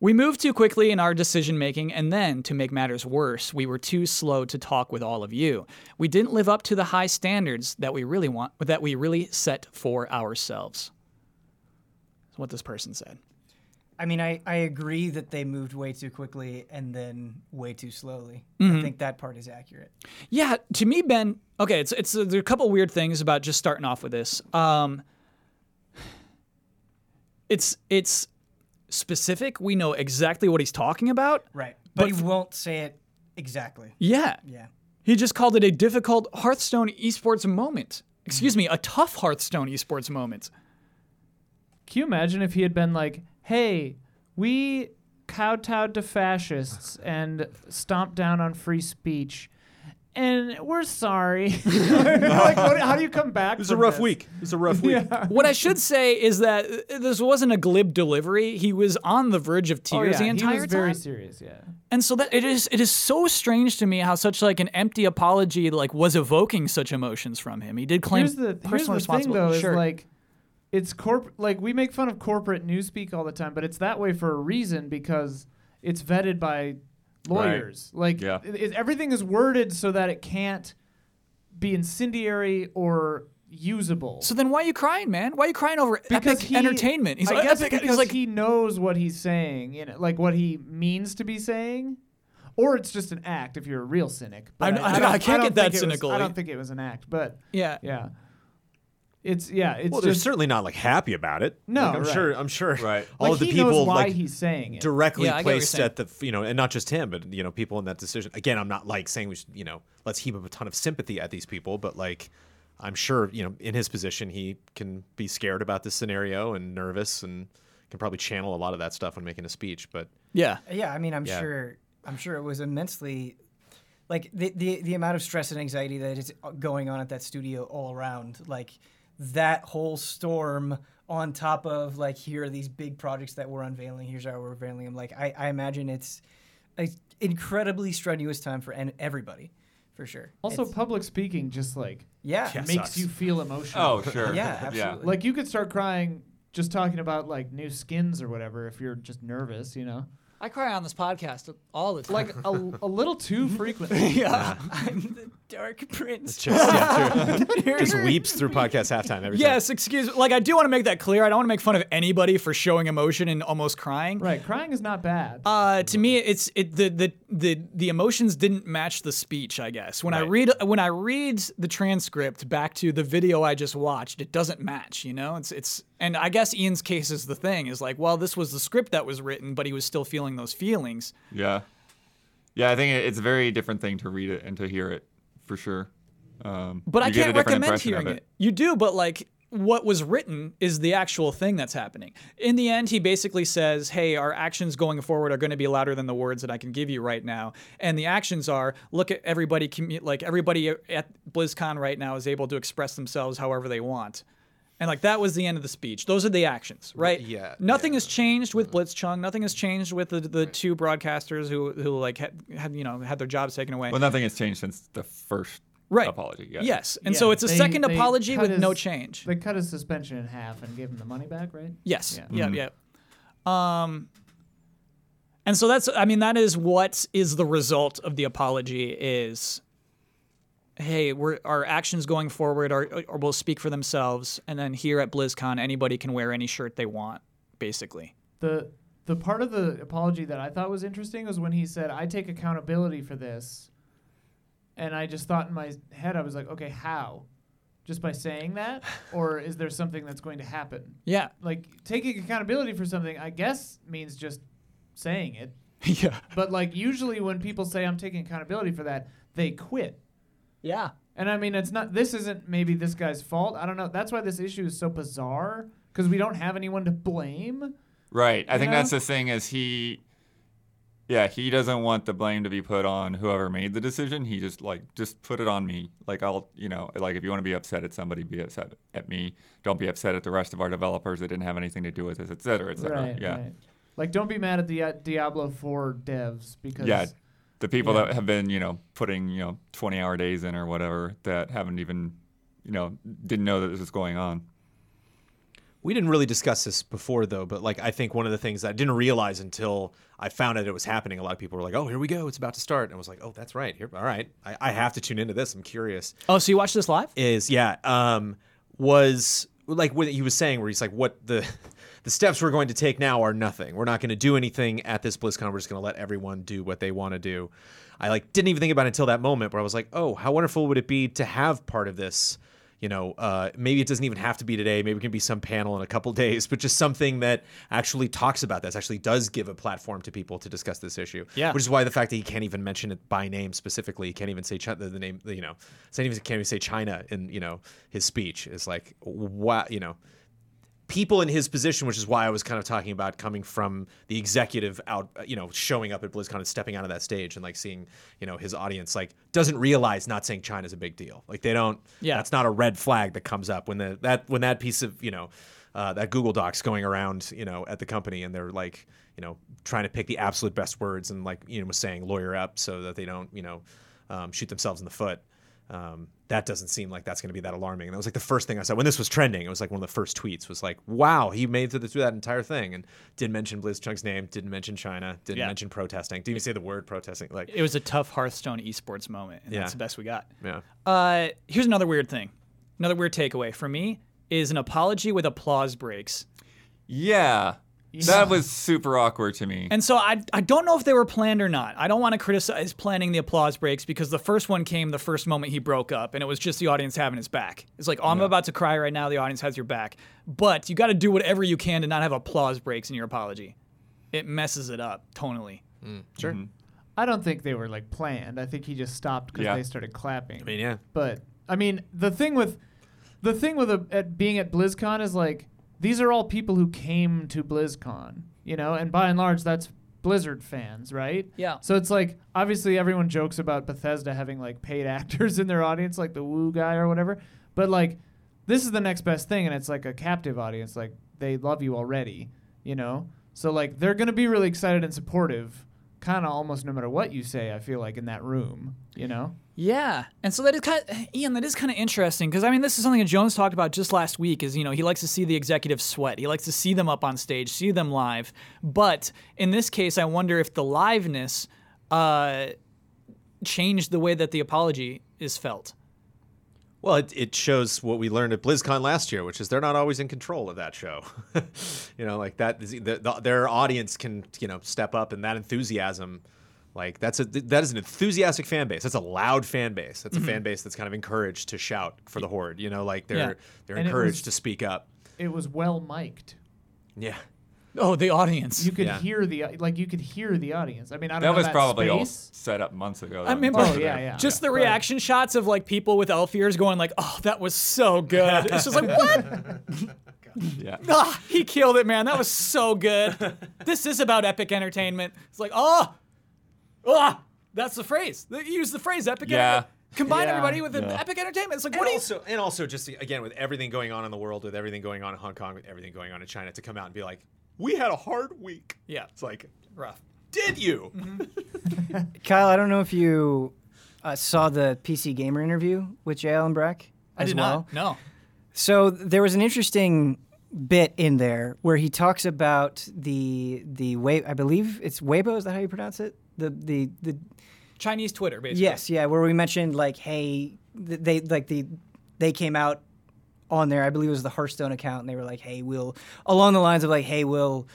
A: We moved too quickly in our decision making, and then, to make matters worse, we were too slow to talk with all of you. We didn't live up to the high standards that we really want, that we really set for ourselves. That's what this person said.
E: I mean, I, I agree that they moved way too quickly and then way too slowly. I think that part is accurate.
A: Yeah, to me, Ben. Okay, it's it's there are a couple weird things about just starting off with this. Um, it's it's specific. We know exactly what he's talking about.
E: Right. But, you won't say it exactly.
A: Yeah,
E: Yeah.
A: he just called it a difficult Hearthstone esports moment. Excuse me, a tough Hearthstone esports moment.
D: Can you imagine if he had been like, hey, we kowtowed to fascists and stomped down on free speech, and we're sorry? like, what, how do you come back? It
F: It's a rough week. It's a rough week.
A: What I should say is that uh, this wasn't a glib delivery. He was on the verge of
D: Oh,
A: tears
D: yeah,
A: the entire
D: he was
A: time.
D: very serious, yeah.
A: And so that it is it is so strange to me how such like an empty apology like was evoking such emotions from him. He did claim
D: here's the,
A: personal
D: here's the thing,
A: responsibility.
D: though,
A: sure.
D: is like, it's corp like we make fun of corporate newspeak all the time, but it's that way for a reason because it's vetted by lawyers. Like
B: Yeah.
D: it- it- everything is worded so that it can't be incendiary or usable.
A: so then why are you crying, man? Why are you crying over epic entertainment? He's
D: I
A: like,
D: guess
A: epic,
D: because
A: he's like
D: he knows what he's saying, you know, like what he means to be saying, or it's just an act if you're a real cynic.
A: I-
D: But
A: I- I
D: don't-
A: can't
D: don't
A: get that
D: think it was-
A: cynical.
D: I don't think it was an act, but
A: yeah.
D: yeah, it's yeah, it's
F: Well, they're
D: just
F: certainly not like happy about it.
D: No,
F: Like, I'm
D: right.
F: sure. I'm sure.
B: Right.
F: All
D: like,
F: of the
D: he
F: people
D: knows why
F: like
D: he's saying it.
F: directly
A: Yeah, I get what you're
F: placed
A: saying.
F: at the you know, and not just him, but you know, people in that decision. Again, I'm not like saying we should, you know, let's heap up a ton of sympathy at these people, but like, I'm sure you know, in his position, he can be scared about this scenario and nervous and can probably channel a lot of that stuff when making a speech. But
A: Yeah.
E: Yeah, I mean, I'm
F: Yeah.
E: sure. I'm sure it was immensely, like the, the the amount of stress and anxiety that is going on at that studio all around. Like that whole storm on top of like here are these big projects that we're unveiling. Here's how we're unveiling them. Like I, I imagine it's an incredibly strenuous time for en- everybody, for sure.
D: Also,
E: It's-
D: public speaking just like
E: yeah,
F: Yes.
D: makes
F: sucks.
D: you feel emotional.
B: Oh, sure.
E: yeah, absolutely.
D: like you could start crying just talking about like new skins or whatever if you're just nervous, you know,
A: I cry on this podcast all the time.
D: like a, a little too frequently.
A: yeah.
E: I'm the Dark Prince.
F: just, yeah, true. just weeps through podcast halftime every time.
A: Yes, excuse me. Like I do want to make that clear. I don't want to make fun of anybody for showing emotion and almost crying.
D: Right, crying is not bad.
A: Uh, to me, it's it the the the the emotions didn't match the speech. I guess when I read when I read the transcript back to the video I just watched, it doesn't match. You know, it's it's and I guess Ian's case is the thing is like, well, this was the script that was written, but he was still feeling those feelings.
B: Yeah. Yeah, I think it- it's a very different thing to read it and to hear it, for sure. Um,
A: But I
B: you get a
A: can't
B: different
A: recommend
B: impression of
A: hearing it. You do, but like what was written is the actual thing that's happening. In the end, he basically says, Hey, our actions going forward are going to be louder than the words that I can give you right now. And the actions are look at everybody, commu- like everybody at BlizzCon right now is able to express themselves however they want. And like that was the end of the speech. Those are the actions, right?
F: yeah,
A: Nothing has changed
B: Mm-hmm.
A: with Blitzchung. Nothing has changed with the, the two broadcasters who who like had, had you know had their jobs taken away.
B: Well, nothing has changed since the first
A: right.
B: apology. Yeah.
A: Yes. And so
D: Yeah.
A: it's a
D: They-
A: second
D: they
A: apology
D: cut
A: with
D: his-
A: no change.
D: They cut his suspension in half and gave him the money back, right?
A: Yes.
D: Yeah.
A: Yeah. Yeah. Um, and so that's, I mean, that is what is the result of the apology is, hey, we're, our actions going forward are, are will speak for themselves. And then here at BlizzCon, anybody can wear any shirt they want, basically.
D: The the part of the apology that I thought was interesting was when he said, "I take accountability for this," and I just thought in my head, I was like, "Okay, how? Just by saying that, or is there something that's going to happen?
A: Yeah.
D: Like taking accountability for something, I guess means just saying it.
A: yeah.
D: But like usually when people say I'm taking accountability for that, they quit.
A: Yeah.
D: And I mean, it's not. This isn't maybe this guy's fault. I don't know. That's why this issue is so bizarre because we don't have anyone to blame.
B: Right. I
D: You
B: think
D: know?
B: that's the thing is he yeah, he doesn't want the blame to be put on whoever made the decision. He just like just put it on me. Like I'll, you know, like if you want to be upset at somebody, be upset at me. Don't be upset at the rest of our developers that didn't have anything to do with this, et cetera, et cetera. yeah.
D: Like, don't be mad at the uh, Diablo 4 devs because
B: Yeah, the people that have been you know putting you know 20 hour days in or whatever that haven't even you know didn't know that this was going on.
F: We didn't really discuss this before though, but like I think one of the things that I didn't realize until I found out it was happening, a lot of people were like, "Oh, here we go, it's about to start," and I was like, "Oh, that's right. Here, all right, I, I have to tune into this. I'm curious."
A: Oh, so you watched this live?
F: Is yeah, um, was like what he was saying, where he's like, "What the." The steps we're going to take now are nothing. We're not going to do anything at this BlizzCon. We're just going to let everyone do what they want to do. I like didn't even think about it until that moment where I was like, "Oh, how wonderful would it be to have part of this you know, uh, maybe it doesn't even have to be today. Maybe it can be some panel in a couple days, but just something that actually talks about this, actually does give a platform to people to discuss this issue.
A: Yeah.
F: Which is why the fact that he can't even mention it by name specifically, he can't even say China, the, the name, you know, it's not even, can't even say China in, you know, his speech is like, wow, you know, people in his position, which is why I was kind of talking about coming from the executive out, you know, showing up at BlizzCon and stepping out of that stage and like seeing, you know, his audience like doesn't realize not saying China's a big deal. Like they don't.
A: Yeah.
F: That's not a red flag that comes up when the that when that piece of you know. Uh, that Google Doc's going around, you know, at the company, and they're like, you know, trying to pick the absolute best words, and like, you know, was saying lawyer up so that they don't, you know, um, shoot themselves in the foot um, that doesn't seem like that's going to be that alarming. And that was like the first thing I saw when this was trending. It was like one of the first tweets was like, "Wow, he made it through that entire thing and didn't mention BlizzChunk's name, didn't mention China, didn't
A: Yeah.
F: mention protesting, didn't even say the word protesting." Like,
A: It was a tough Hearthstone esports moment, and
F: Yeah.
A: that's the best we got.
F: yeah,
A: Uh, here's another weird thing. Another weird takeaway for me is an apology with applause breaks.
B: Yeah, that was super awkward to me.
A: And so I, I don't know if they were planned or not. I don't want to criticize planning the applause breaks because the first one came the first moment he broke up, and it was just the audience having his back. It's like, oh, I'm about to cry right now. The audience has your back. But you got to do whatever you can to not have applause breaks in your apology. It messes it up tonally.
F: sure.
D: I don't think they were like planned. I think he just stopped because
B: Yeah.
D: they started clapping.
F: I mean, yeah,
D: But I mean, the thing with the thing with a, at being at BlizzCon is like these are all people who came to BlizzCon, you know, and by and large, that's Blizzard fans, right?
A: Yeah.
D: So it's like obviously everyone jokes about Bethesda having like paid actors in their audience, like the Woo guy or whatever, but like this is the next best thing, and it's like a captive audience, like they love you already, you know. So like they're gonna be really excited and supportive, kind of almost no matter what you say. I feel like in that room, you know.
A: Yeah, and so that is kind of, Ian. That is kind of interesting because I mean, this is something that Jones talked about just last week. Is you know he likes to see the executives sweat. He likes to see them up on stage, see them live. But in this case, I wonder if the liveness uh, changed the way that the apology is felt.
F: Well, it, it shows what we learned at BlizzCon last year, which is they're not always in control of that show. you know, like that, is- the, the, their audience can you know step up, and that enthusiasm, like that's a that is an enthusiastic fan base. That's a loud fan base. That's a fan base that's kind of encouraged to shout for the horde. You know, like they're
A: Yeah.
F: they're
D: And it
F: encouraged to
D: was-
F: speak up.
D: It was well mic'd.
F: Yeah,
A: Oh, the audience.
D: You could
F: Yeah.
D: hear the like you could hear the audience. I mean, I don't
B: That
D: know
B: was probably all
D: space.
B: set up months ago.
A: I mean,
D: Oh,
A: but
D: yeah, yeah.
A: Just the
D: But-
A: reaction shots of like people with elf ears going like, "Oh, that was so good." It's just like, "What?
B: yeah.
A: Ah, he killed it, man. That was so good. this is about epic entertainment. It's like, oh, ah, that's the phrase. They use the phrase epic
B: Yeah.
A: entertainment. Combine
D: Yeah.
A: everybody with an epic entertainment. It's like, what
F: and
A: do you?
F: also, and also just again with everything going on in the world, with everything going on in Hong Kong, with everything going on in China, to come out and be like, we had a hard week.
A: Yeah.
F: it's like,
A: Rough.
F: did you?
E: Kyle, I don't know if you uh, saw the PC Gamer interview with Jay Allen Brack.
A: I
E: as
A: did
E: well.
A: not. No.
E: So there was an interesting bit in there where he talks about the the way I believe it's Weibo. Is that how you pronounce it? The the the
A: Chinese Twitter, basically.
E: yes, yeah, where we mentioned like, hey, th- they like the they came out on there. I believe it was the Hearthstone account, and they were like, hey, we'll along the lines of like, hey, we'll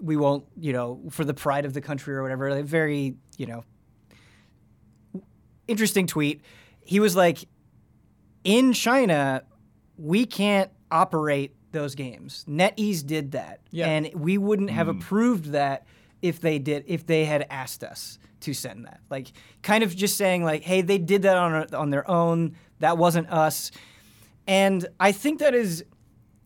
E: we won't, you know, for the pride of the country or whatever. Like very, you know, interesting tweet. He was like, in China, we can't operate those games. NetEase did that,
A: Yeah.
E: and we wouldn't have approved that if they did if they had asked us to send that. Like, kind of just saying like, hey, they did that on our- on their own. That wasn't us. And I think that is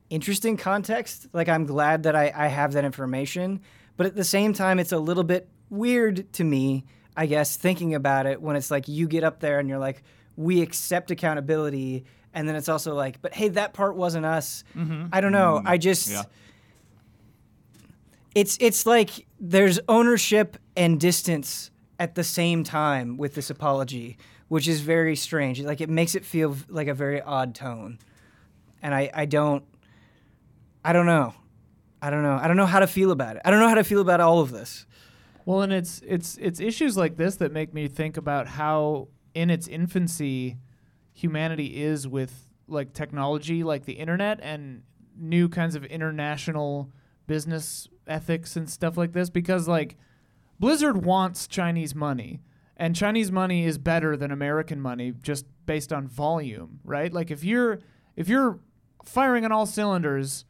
E: interesting context. Like, I'm glad that I, I have that information. But at the same time, it's a little bit weird to me, I guess, thinking about it when it's like you get up there and you're like, we accept accountability. And then it's also like, but hey, that part wasn't us. I don't know. I just.
B: yeah.
E: it's it's like there's ownership and distance at the same time with this apology, which is very strange. Like it makes it feel v- like a very odd tone, and I I don't I don't know. I don't know. I don't know how to feel about it. I don't know how to feel about all of this.
D: Well, and it's it's it's issues like this that make me think about how in its infancy humanity is with like technology like the internet and new kinds of international business ethics and stuff like this because like Blizzard wants Chinese money and Chinese money is better than American money just based on volume, right? Like if you're if you're firing on all cylinders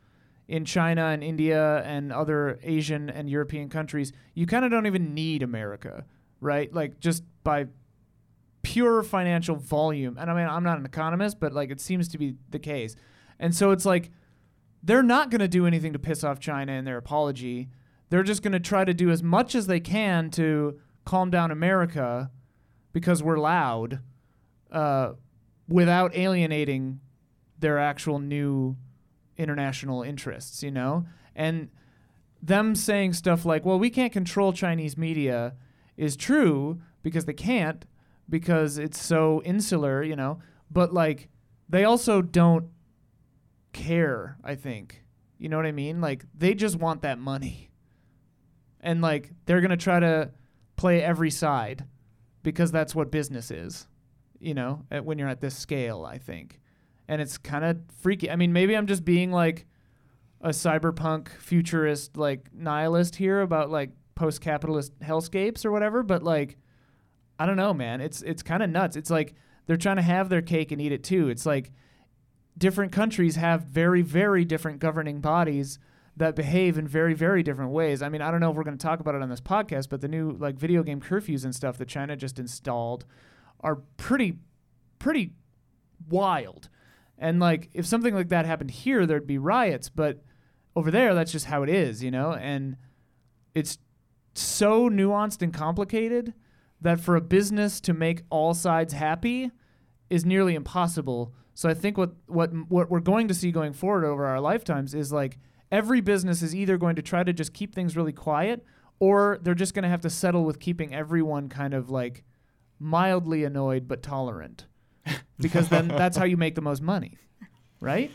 D: in China and India and other Asian and European countries, you kind of don't even need America, right? Like just by pure financial volume. And I mean, I'm not an economist, but like it seems to be the case. And so it's like they're not going to do anything to piss off China in their apology. They're just going to try to do as much as they can to calm down America because we're loud uh, without alienating their actual new international interests, you know? And them saying stuff like, well, we can't control Chinese media is true because they can't because it's so insular, you know? But like, they also don't care, I think. You know what I mean? Like, they just want that money. And like, they're going to try to play every side because that's what business is, you know, at, when you're at this scale, I think. And it's kind of freaky. I mean, maybe I'm just being like a cyberpunk futurist, like nihilist here about like post capitalist hellscapes or whatever, but like, I don't know, man. It's it's kind of nuts. It's like they're trying to have their cake and eat it too. It's like different countries have very very different governing bodies that behave in very very different ways. I mean, I don't know if we're going to talk about it on this podcast, but the new like video game curfews and stuff that China just installed are pretty pretty wild. And like if something like that happened here, there'd be riots, but over there that's just how it is, you know? And it's so nuanced and complicated that for a business to make all sides happy is nearly impossible. So I think what what what we're going to see going forward over our lifetimes is like every business is either going to try to just keep things really quiet or they're just going to have to settle with keeping everyone kind of like mildly annoyed but tolerant because then that's how you make the most money. Right?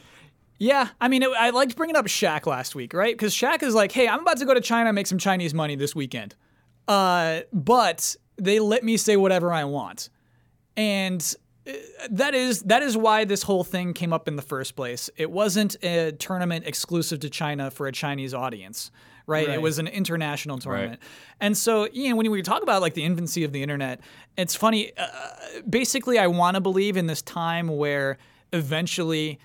A: Yeah, I mean, it, I liked bringing up Shaq last week, right? Because Shaq is like, hey, I'm about to go to China and make some Chinese money this weekend. Uh, but they let me say whatever I want. And uh, that is that is why this whole thing came up in the first place. It wasn't a tournament exclusive to China for a Chinese audience, right? It was an international tournament. And so, you know, when we talk about like the infancy of the internet, it's funny. Uh, basically, I want to believe in this time where eventually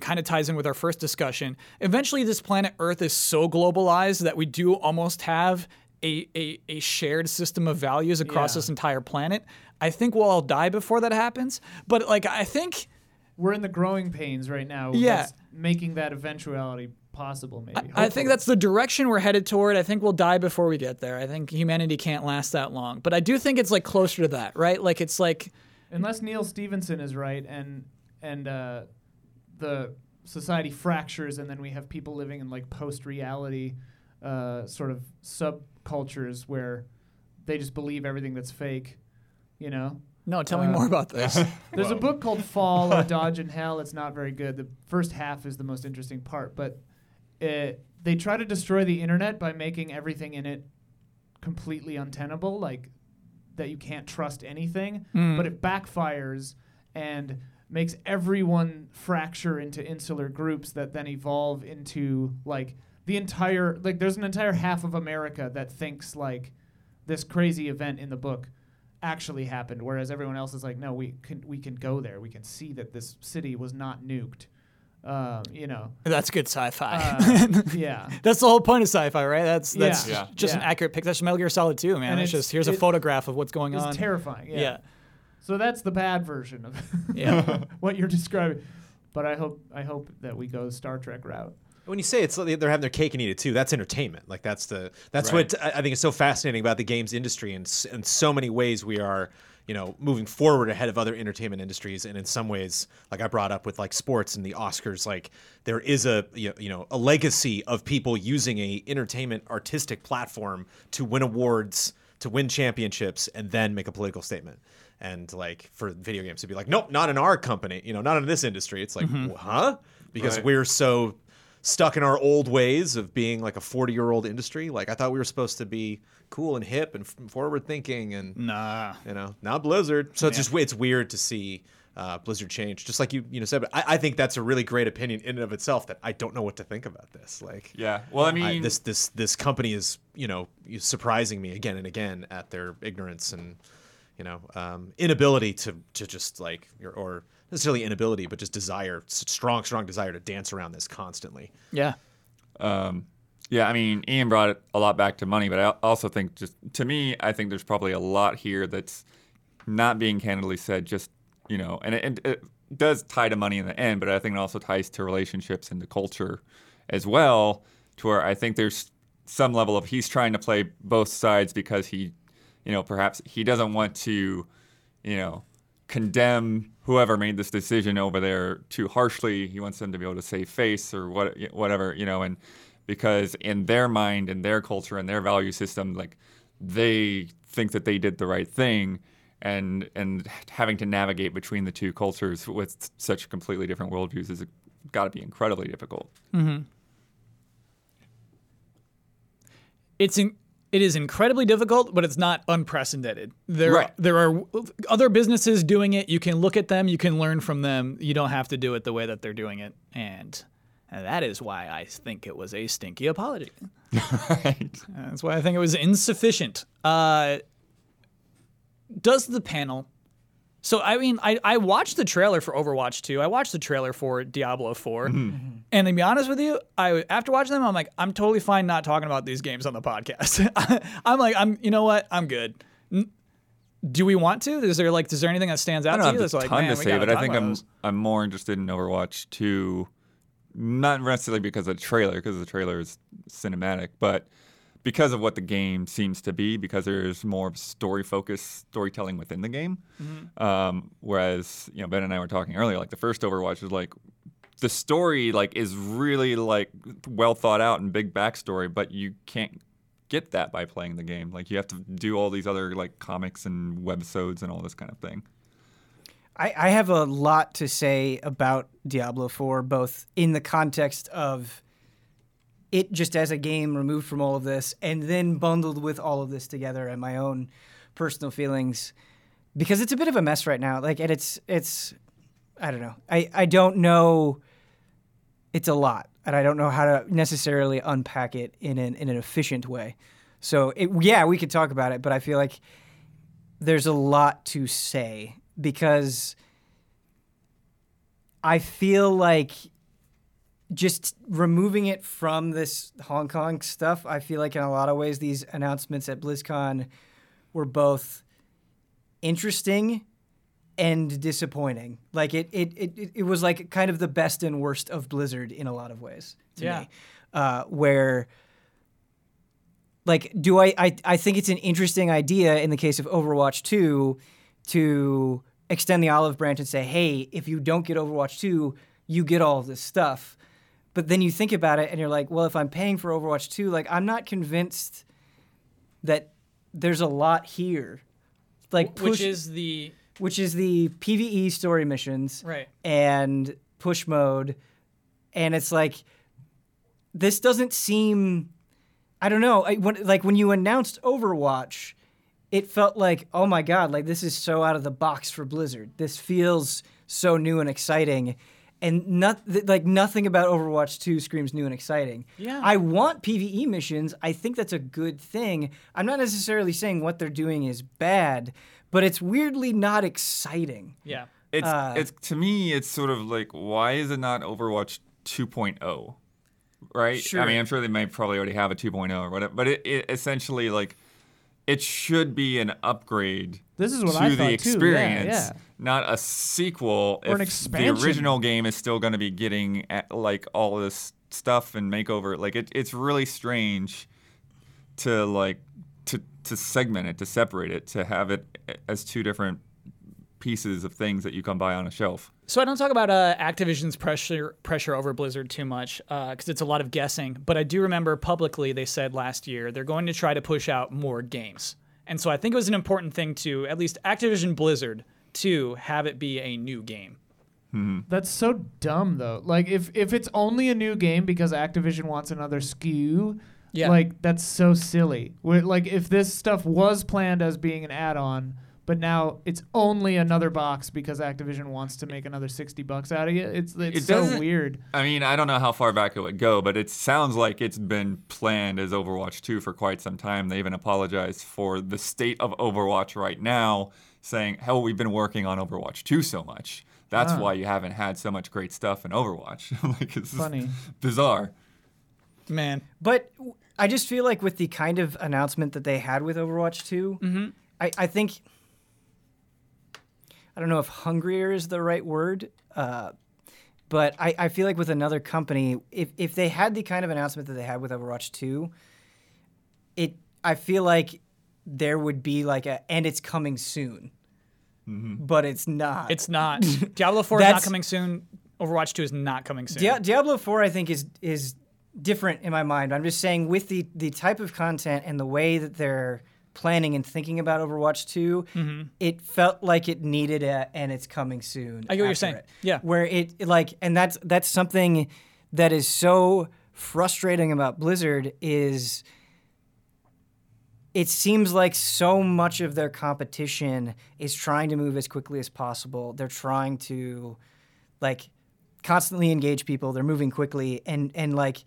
A: kind of ties in with our first discussion. Eventually, this planet Earth is so globalized that we do almost have a, a, a shared system of values across this entire planet. I think we'll all die before that happens. But, like, I think.
D: We're in the growing pains right now.
A: Yeah.
D: that's making that eventuality possible maybe.
A: I think that's the direction we're headed toward. I think we'll die before we get there. I think humanity can't last that long. But I do think it's like closer to that, right? Like it's like
D: unless Neil Stevenson is right and and uh, the society fractures and then we have people living in like post reality uh, sort of subcultures where they just believe everything that's fake, you know.
A: no, tell me more about this.
D: There's a book called Fall or Dodge in Hell. It's not very good. The first half is the most interesting part, but it, they try to destroy the internet by making everything in it completely untenable, like that you can't trust anything. But it backfires and makes everyone fracture into insular groups that then evolve into like the entire like there's an entire half of America that thinks like this crazy event in the book actually happened whereas everyone else is like no we can we can go there we can see that this city was not nuked um, you know
A: that's good sci-fi.
D: uh, yeah
A: That's the whole point of sci-fi, right? That's that's
D: Yeah.
A: just
D: Yeah.
A: an accurate picture. That's Metal Gear Solid 2, man.
D: And
A: it's,
D: it's-
A: just here's a
D: it-
A: photograph of what's going
D: It's
A: on.
D: terrifying. Yeah.
A: Yeah.
D: So that's the bad version of
A: Yeah.
D: what you're describing. But I hope I hope that we go the Star Trek route.
F: When you say it's like they're having their cake and eat it too, that's entertainment. Like that's the that's
B: Right.
F: what I I think is so fascinating about the games industry, and in, in so many ways we are you know, moving forward ahead of other entertainment industries. And in some ways, like I brought up with like sports and the Oscars, like there is a you know- you know a legacy of people using a entertainment artistic platform to win awards, to win championships, and then make a political statement. And like for video games to be like, nope, not in our company, you know, not in this industry. It's like, "Wh- huh? Because
B: Mm-hmm. Right.
F: we're so stuck in our old ways of being like a 40 year old industry. Like I thought we were supposed to be cool and hip and forward thinking and
A: Nah.
F: you know now Blizzard. So it's just it's weird to see uh, Blizzard change. Just like you you know said, but I, I think that's a really great opinion in and of itself. That I don't know what to think about this. Like
B: Yeah. Well, I
F: I-
B: mean,
F: this this this company is you know surprising me again and again at their ignorance and you know um, inability to to just like or, or necessarily inability but just desire s- strong strong desire to dance around this constantly.
A: Yeah.
B: Yeah, I mean, Ian brought it a lot back to money, but I also think just to me, I think there's probably a lot here that's not being candidly said. Just you know, and it, and it does tie to money in the end, but I think it also ties to relationships and to culture as well. To where I think there's some level of he's trying to play both sides because he, you know, perhaps he doesn't want to, you know, condemn whoever made this decision over there too harshly. He wants them to be able to save face or what, whatever, you know, and because in their mind, in their culture, in their value system, like they think that they did the right thing. And, and having to navigate between the two cultures with such completely different worldviews is got to be incredibly difficult.
A: it's in, it is incredibly difficult, but it's not unprecedented. There
B: Right.
A: there are w- other businesses doing it. You can look at them, you can learn from them. You don't have to do it the way that they're doing it, and, and that is why I think it was a stinky apology. That's why I think it was insufficient. Uh, does the panel? So I mean, I, I watched the trailer for Overwatch 2. I watched the trailer for Diablo 4.
B: Mm-hmm.
A: And to be honest with you, I after watching them, I'm like, I'm totally fine not talking about these games on the podcast. I'm like, I'm you know what? I'm good. N- Do we want to? Is there like, is there anything that stands out
B: I don't
A: to
B: have
A: you?
B: a
A: that's like,
B: ton
A: man,
B: to
A: we
B: say,
A: gotta
B: but I
A: talk
B: think
A: about
B: I'm
A: those."
B: I'm more interested in Overwatch 2, not necessarily because of the trailer, because the trailer is cinematic, but because of what the game seems to be, because there's more of story focused storytelling within the game.
A: Mm-hmm.
B: Um, whereas, you know, Ben and I were talking earlier, like the first Overwatch was like the story like is really like well thought out and big backstory, but you can't get that by playing the game. Like you have to do all these other like comics and webisodes and all this kind of thing.
E: I, I have a lot to say about Diablo 4, both in the context of it just as a game removed from all of this, and then bundled with all of this together and my own personal feelings. Because it's a bit of a mess right now. Like, and it's, it's, I don't know. I, I don't know. It's a lot, and I don't know how to necessarily unpack it in an, in an efficient way. So, it, yeah, we could talk about it, but I feel like there's a lot to say because I feel like just removing it from this Hong Kong stuff, I feel like in a lot of ways these announcements at BlizzCon were both interesting and disappointing. Like it it it, it- it was like kind of the best and worst of Blizzard in a lot of ways to
A: Yeah.
E: me. Uh, where like do I, I i think it's an interesting idea in the case of overwatch 2 to extend the olive branch and say hey if you don't get overwatch 2 you get all of this stuff but then you think about it and you're like well if i'm paying for overwatch 2 like i'm not convinced that there's a lot here like push,
A: which is the
E: which is the pve story missions
A: Right.
E: and push mode and it's like this doesn't seem I don't know. I, when, like when you announced Overwatch, it felt like, oh my god, like this is so out of the box for Blizzard. This feels so new and exciting, and not th- like nothing about Overwatch Two screams new and exciting.
A: Yeah.
E: I want PVE missions. I think that's a good thing. I'm not necessarily saying what they're doing is bad, but it's weirdly not exciting.
A: yeah.
B: It's it's to me it's sort of like why is it not Overwatch 2.0? Right? I
E: Sure.
B: mean, I'm sure they might probably already have a 2.0 or whatever, but it, it essentially like it should be an upgrade
D: This is what
B: to
D: I thought, too.
B: the
D: Yeah,
B: experience,
D: yeah.
B: not a sequel
D: Or an
B: if
D: expansion.
B: the original game is still going to be getting at, like all this stuff and makeover. Like it, it's really strange to like to to segment it, to separate it, to have it eh, as two different pieces of things that you can buy on a shelf.
A: So I don't talk about uh, Activision's pressure pressure over Blizzard too much because it's a lot of guessing. But I do remember publicly they said last year they're going to try to push out more games, and so I think it was an important thing to at least Activision Blizzard to have it be a new game.
D: That's so dumb though. Like if if it's only a new game because Activision wants another SKU,
A: Yeah.
D: like that's so silly. Where, like if this stuff was planned as being an add-on, but now it's only another box because Activision wants to make another 60 bucks out of it. It's it's
B: It
D: so
B: doesn't-
D: weird.
B: I mean, I don't know how far back it would go, but it sounds like it's been planned as Overwatch 2 for quite some time. They even apologized for the state of Overwatch right now, saying, hell, we've been working on Overwatch 2 so much. That's why you haven't had so much great stuff in Overwatch. like, it's just
D: Funny.
B: bizarre.
A: Man,
E: But w- I just feel like with the kind of announcement that they had with Overwatch 2, I, I think I don't know if hungrier is the right word, uh, but I, I feel like with another company, if if they had the kind of announcement that they had with Overwatch 2, it I feel like there would be like a and it's coming soon, but it's not.
A: it's not Diablo Four is not
E: That's-
A: coming soon. Overwatch Two is not coming soon.
E: Dia- Diablo Four, I think, is is different in my mind. I'm just saying with the the type of content and the way that they're planning and thinking about Overwatch 2, it felt like it needed a and it's coming soon.
A: I get what you're
E: after
A: saying.
E: it.
A: Yeah.
E: where it it like and that's that's something that is so frustrating about Blizzard is it seems like so much of their competition is trying to move as quickly as possible. They're trying to like constantly engage people. They're moving quickly and and like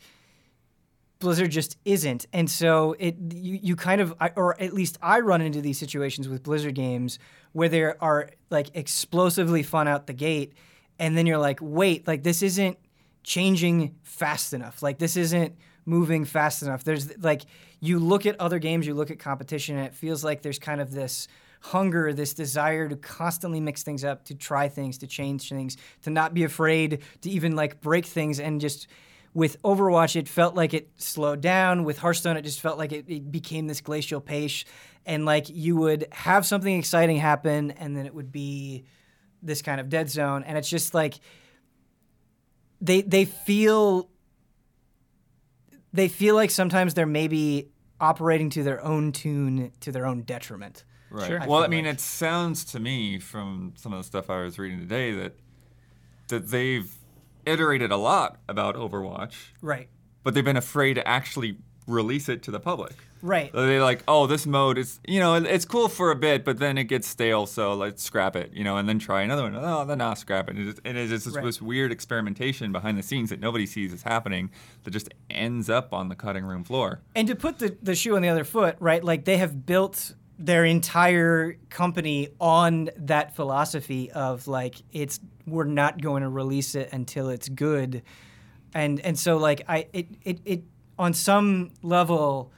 E: Blizzard just isn't. And so it you, you kind of I- or at least I run into these situations with Blizzard games where they are like explosively fun out the gate and then you're like, "Wait, like this isn't changing fast enough. Like this isn't moving fast enough. There's like you look at other games, you look at competition, and it feels like there's kind of this hunger, this desire to constantly mix things up, to try things, to change things, to not be afraid to even like break things and just with Overwatch, it felt like it slowed down. With Hearthstone, it just felt like it, it became this glacial pace. And like you would have something exciting happen, and then it would be this kind of dead zone. And it's just like they they feel they feel like sometimes they're maybe operating to their own tune to their own detriment.
B: Right. well, I mean, it sounds to me from some of the stuff I was reading today that that they've iterated a lot about Overwatch,
E: Right.
B: but they've been afraid to actually release it to the public.
E: Right.
B: They're like, oh, this mode is, you know, it's cool for a bit, but then it gets stale, so let's scrap it, you know, and then try another one. Oh, then not scrap it. And it's, and it's just
E: Right.
B: this weird experimentation behind the scenes that nobody sees is happening that just ends up on the cutting room floor.
E: And to put the, the shoe on the other foot, right? Like they have built their entire company on that philosophy of like it's we're not going to release it until it's good. And and so like I it it, it on some level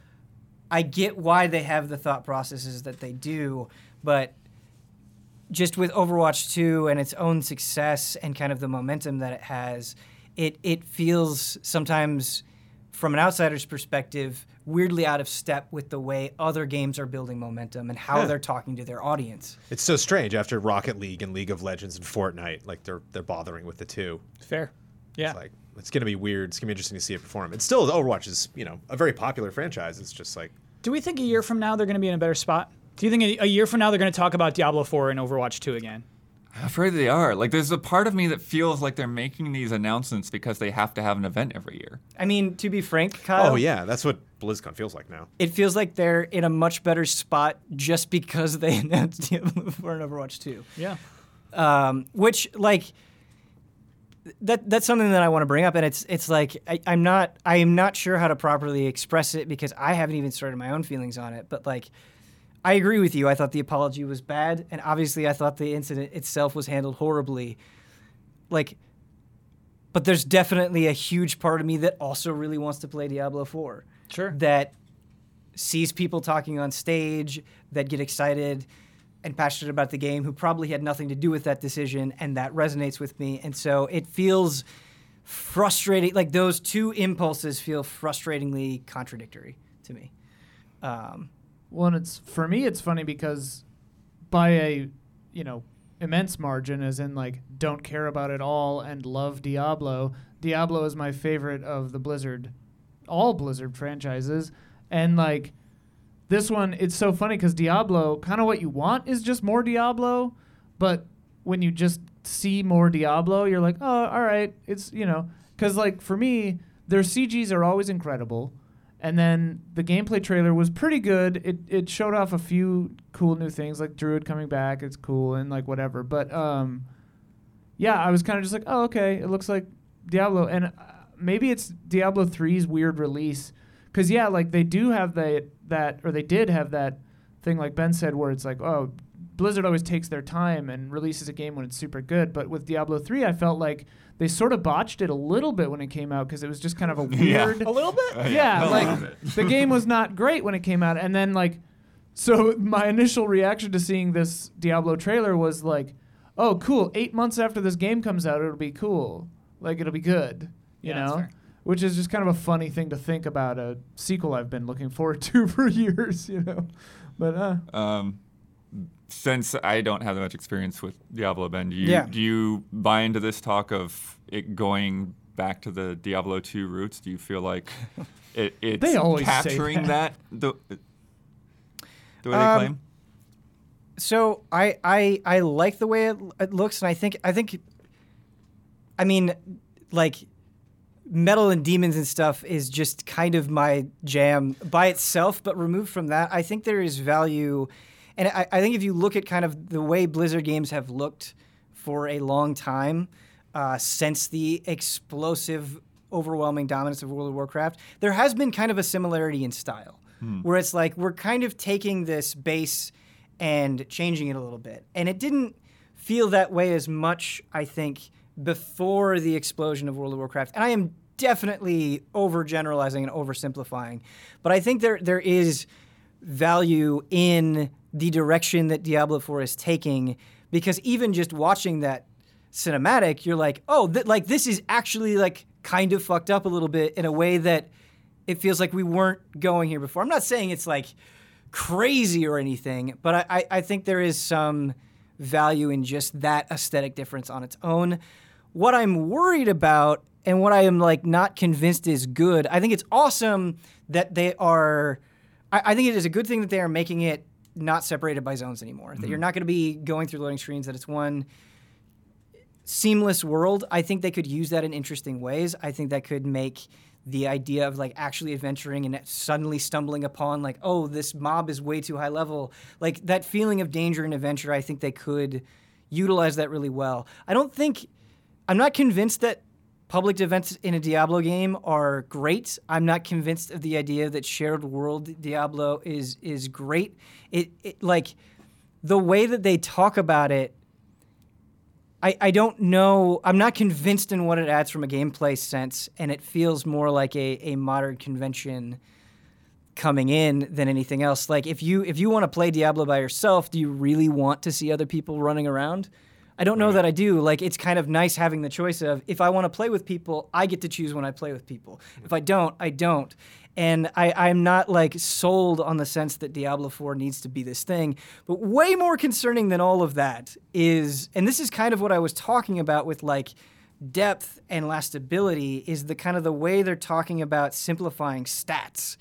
E: I get why they have the thought processes that they do, but just with Overwatch 2 and its own success and kind of the momentum that it has, it it feels sometimes from an outsider's perspective weirdly out of step with the way other games are building momentum and how they're talking to their audience.
F: It's so strange after Rocket League and League of Legends and Fortnite, like they're they're bothering with the two.
A: fair. Yeah,
F: It's like it's gonna be weird. It's gonna be interesting to see it perform. It's still Overwatch is you know a very popular franchise. It's just like
A: Do we think a year from now they're going to be in a better spot? Do you think a, a year from now they're going to talk about Diablo 4 and Overwatch 2 again?
B: I'm afraid they are. Like, there's a part of me that feels like they're making these announcements because they have to have an event every year.
E: I mean, to be frank, Kyle,
F: oh yeah, that's what BlizzCon feels like now.
E: it feels like they're in a much better spot just because they announced Diablo 4 and Overwatch 2.
A: Yeah.
E: um, which like that that's something that I want to bring up, and it's it's like I, I'm not I am not sure how to properly express it because I haven't even started my own feelings on it, but like. I agree with you. I thought the apology was bad, and obviously, I thought the incident itself was handled horribly. Like, but there's definitely a huge part of me that also really wants to play Diablo 4.
A: Sure.
E: That sees people talking on stage that get excited and passionate about the game who probably had nothing to do with that decision and that resonates with me and so it feels frustrating like those two impulses feel frustratingly contradictory to me um,
D: Well, and it's for me, it's funny because by a you know immense margin, as in like don't care about it all and love Diablo. Diablo is my favorite of the Blizzard, all Blizzard franchises, and like this one, it's so funny because Diablo, kind of what you want is just more Diablo, but when you just see more Diablo, you're like, oh, all right, it's you know, because like for me, their CGs are always incredible. And then the gameplay trailer was pretty good. It it showed off a few cool new things like Druid coming back. It's cool and like whatever. But um, yeah, I was kind of just like, oh okay, it looks like Diablo, and uh, maybe it's Diablo 3's weird release, because yeah, like they do have that that or they did have that thing like Ben said where it's like, oh, Blizzard always takes their time and releases a game when it's super good. But with Diablo 3, I felt like they sort of botched it a little bit when it came out because it was just kind of a
B: Yeah.
D: weird
A: A little bit.
D: yeah,
B: A little
D: like the game was not great when it came out, and then like, so my initial reaction to seeing this Diablo trailer was like, oh, cool. Eight months after this game comes out, it'll be cool. Like it'll be good, you
G: Yeah, that's
D: know.
G: fair.
D: Which is just kind of a funny thing to think about a sequel I've been looking forward to for years, you know. But uh,
B: Um, since I don't have that much experience with Diablo, Ben, do you,
E: Yeah.
B: do you buy into this talk of it going back to the Diablo 2 roots? Do you feel like it, it's
D: They always say
B: capturing that, the, the way they
E: Um,
B: claim?
E: So I I I like the way it, it looks, and I think I think, I mean, like, metal and demons and stuff is just kind of my jam by itself. But removed from that, I think there is value, and I, I think if you look at kind of the way Blizzard games have looked for a long time, uh, since the explosive, overwhelming dominance of World of Warcraft, there has been kind of a similarity in style, where it's like we're kind of taking this base and changing it a little bit. And it didn't feel that way as much, I think, before the explosion of World of Warcraft. And I am definitely overgeneralizing and oversimplifying, but I think there there is value in the direction that Diablo 4 is taking because even just watching that cinematic, you're like, "Oh, th- like this is actually like kind of fucked up a little bit in a way that it feels like we weren't going here before. I'm not saying it's like crazy or anything, but I, I, I think there is some value in just that aesthetic difference on its own. What I'm worried about and what I am like not convinced is good, I think it's awesome that they are I, I think it is a good thing that they are making it not separated by zones anymore. That you're not gonna be going through loading screens, that it's one seamless world, I think they could use that in interesting ways. I think that could make the idea of like actually adventuring and suddenly stumbling upon like oh this mob is way too high level like that feeling of danger and adventure i think they could utilize that really well i don't think i'm not convinced that public events in a diablo game are great i'm not convinced of the idea that shared world diablo is is great it, it like the way that they talk about it I, I don't know. I'm not convinced in what it adds from a gameplay sense, and it feels more like a, a modern convention coming in than anything else. Like if you if you want to play Diablo by yourself, do you really want to see other people running around? I don't know that I do. Like it's kind of nice having the choice of if I want to play with people, I get to choose when I play with people. If I don't, I don't. And I, I'm not like sold on the sense that Diablo 4 needs to be this thing. But way more concerning than all of that is, and this is kind of what I was talking about with like depth and lastability, is the kind of the way they're talking about simplifying stats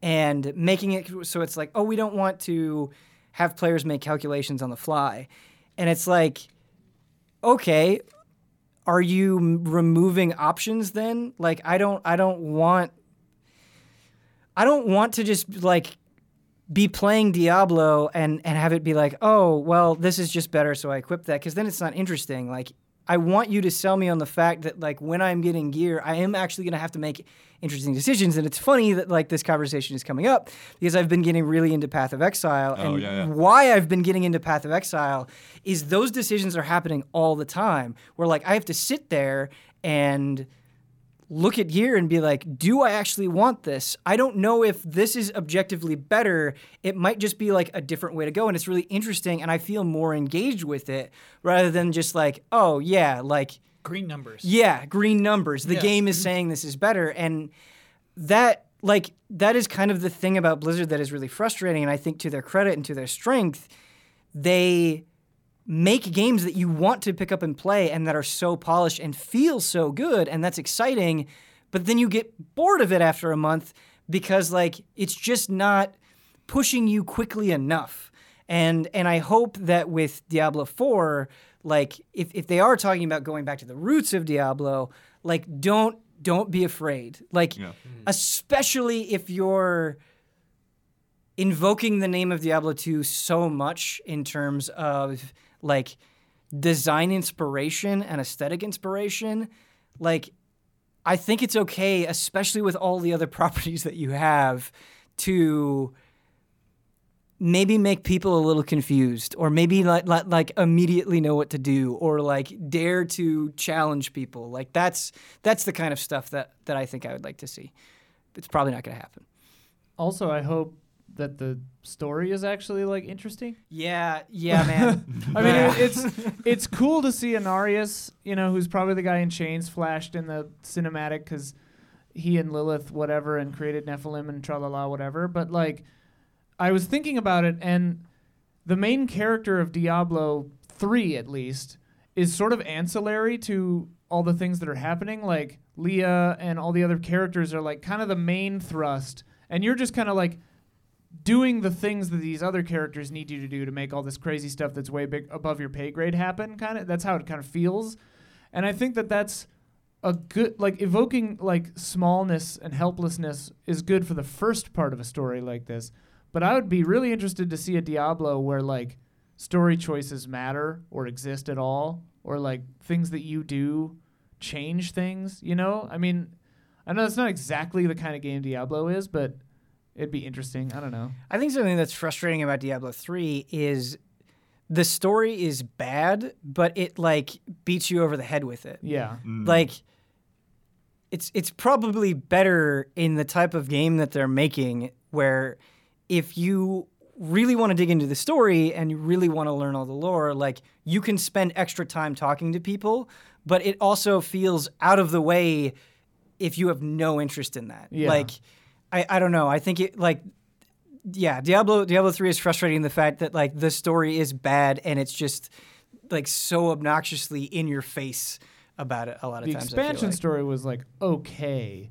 E: and making it so it's like, oh, we don't want to have players make calculations on the fly. And it's like, okay, are you m- removing options then? Like, I don't, I don't want, I don't want to just like be playing Diablo and and have it be like, oh, well, this is just better, so I equip that because then it's not interesting. Like, I want you to sell me on the fact that like when I'm getting gear, I am actually gonna have to make interesting decisions. And it's funny that like this conversation is coming up because I've been getting really into Path of Exile,
B: Oh,
E: and
B: yeah, yeah.
E: why I've been getting into Path of Exile is those decisions are happening all the time. Where like I have to sit there and look at gear and be like, do I actually want this? I don't know if this is objectively better. It might just be like a different way to go. And it's really interesting. And I feel more engaged with it rather than just like, oh, yeah, like,
A: Green numbers.
E: yeah, green numbers. The
A: Yeah.
E: game is saying this is better. And that like that is kind of the thing about Blizzard that is really frustrating. And I think to their credit and to their strength, they make games that you want to pick up and play and that are so polished and feel so good and that's exciting but then you get bored of it after a month because like it's just not pushing you quickly enough and and i hope that with diablo 4 like if, if they are talking about going back to the roots of diablo like don't don't be afraid like especially if you're invoking the name of Diablo 2 so much in terms of like design inspiration and aesthetic inspiration, like I think it's okay, especially with all the other properties that you have, to maybe make people a little confused or maybe like, like, like immediately know what to do or like dare to challenge people. Like that's that's the kind of stuff that that I think I would like to see. It's probably not going to happen.
D: Also, I hope that the story is actually like interesting.
E: Yeah, yeah, man.
D: I mean, it, it's it's cool to see Anarius, you know, who's probably the guy in chains flashed in the cinematic because he and Lilith, whatever, and created Nephilim and tra la la, whatever. But like, I was thinking about it, and the main character of Diablo three, at least, is sort of ancillary to all the things that are happening. Like Leah and all the other characters are like kind of the main thrust, and you're just kind of like doing the things that these other characters need you to do to make all this crazy stuff that's way big above your pay grade happen kind of that's how it kind of feels and i think that that's a good like evoking like smallness and helplessness is good for the first part of a story like this but i would be really interested to see a diablo where like story choices matter or exist at all or like things that you do change things you know i mean i know that's not exactly the kind of game diablo is but it'd be interesting i don't know
E: I think something that's frustrating about Diablo 3 is the story is bad, but it like beats you over the head with it.
D: yeah
A: Mm-hmm.
D: Mm.
E: Like it's it's probably better in the type of game that they're making where if you really want to dig into the story and you really want to learn all the lore, like you can spend extra time talking to people, but it also feels out of the way if you have no interest in that.
D: Yeah.
E: Like I, I don't know. I think it like yeah, Diablo Diablo 3 is frustrating in the fact that like the story is bad and it's just like so obnoxiously in your face about it a lot of
D: the
E: times. I feel
D: expansion
E: like.
D: story was like okay,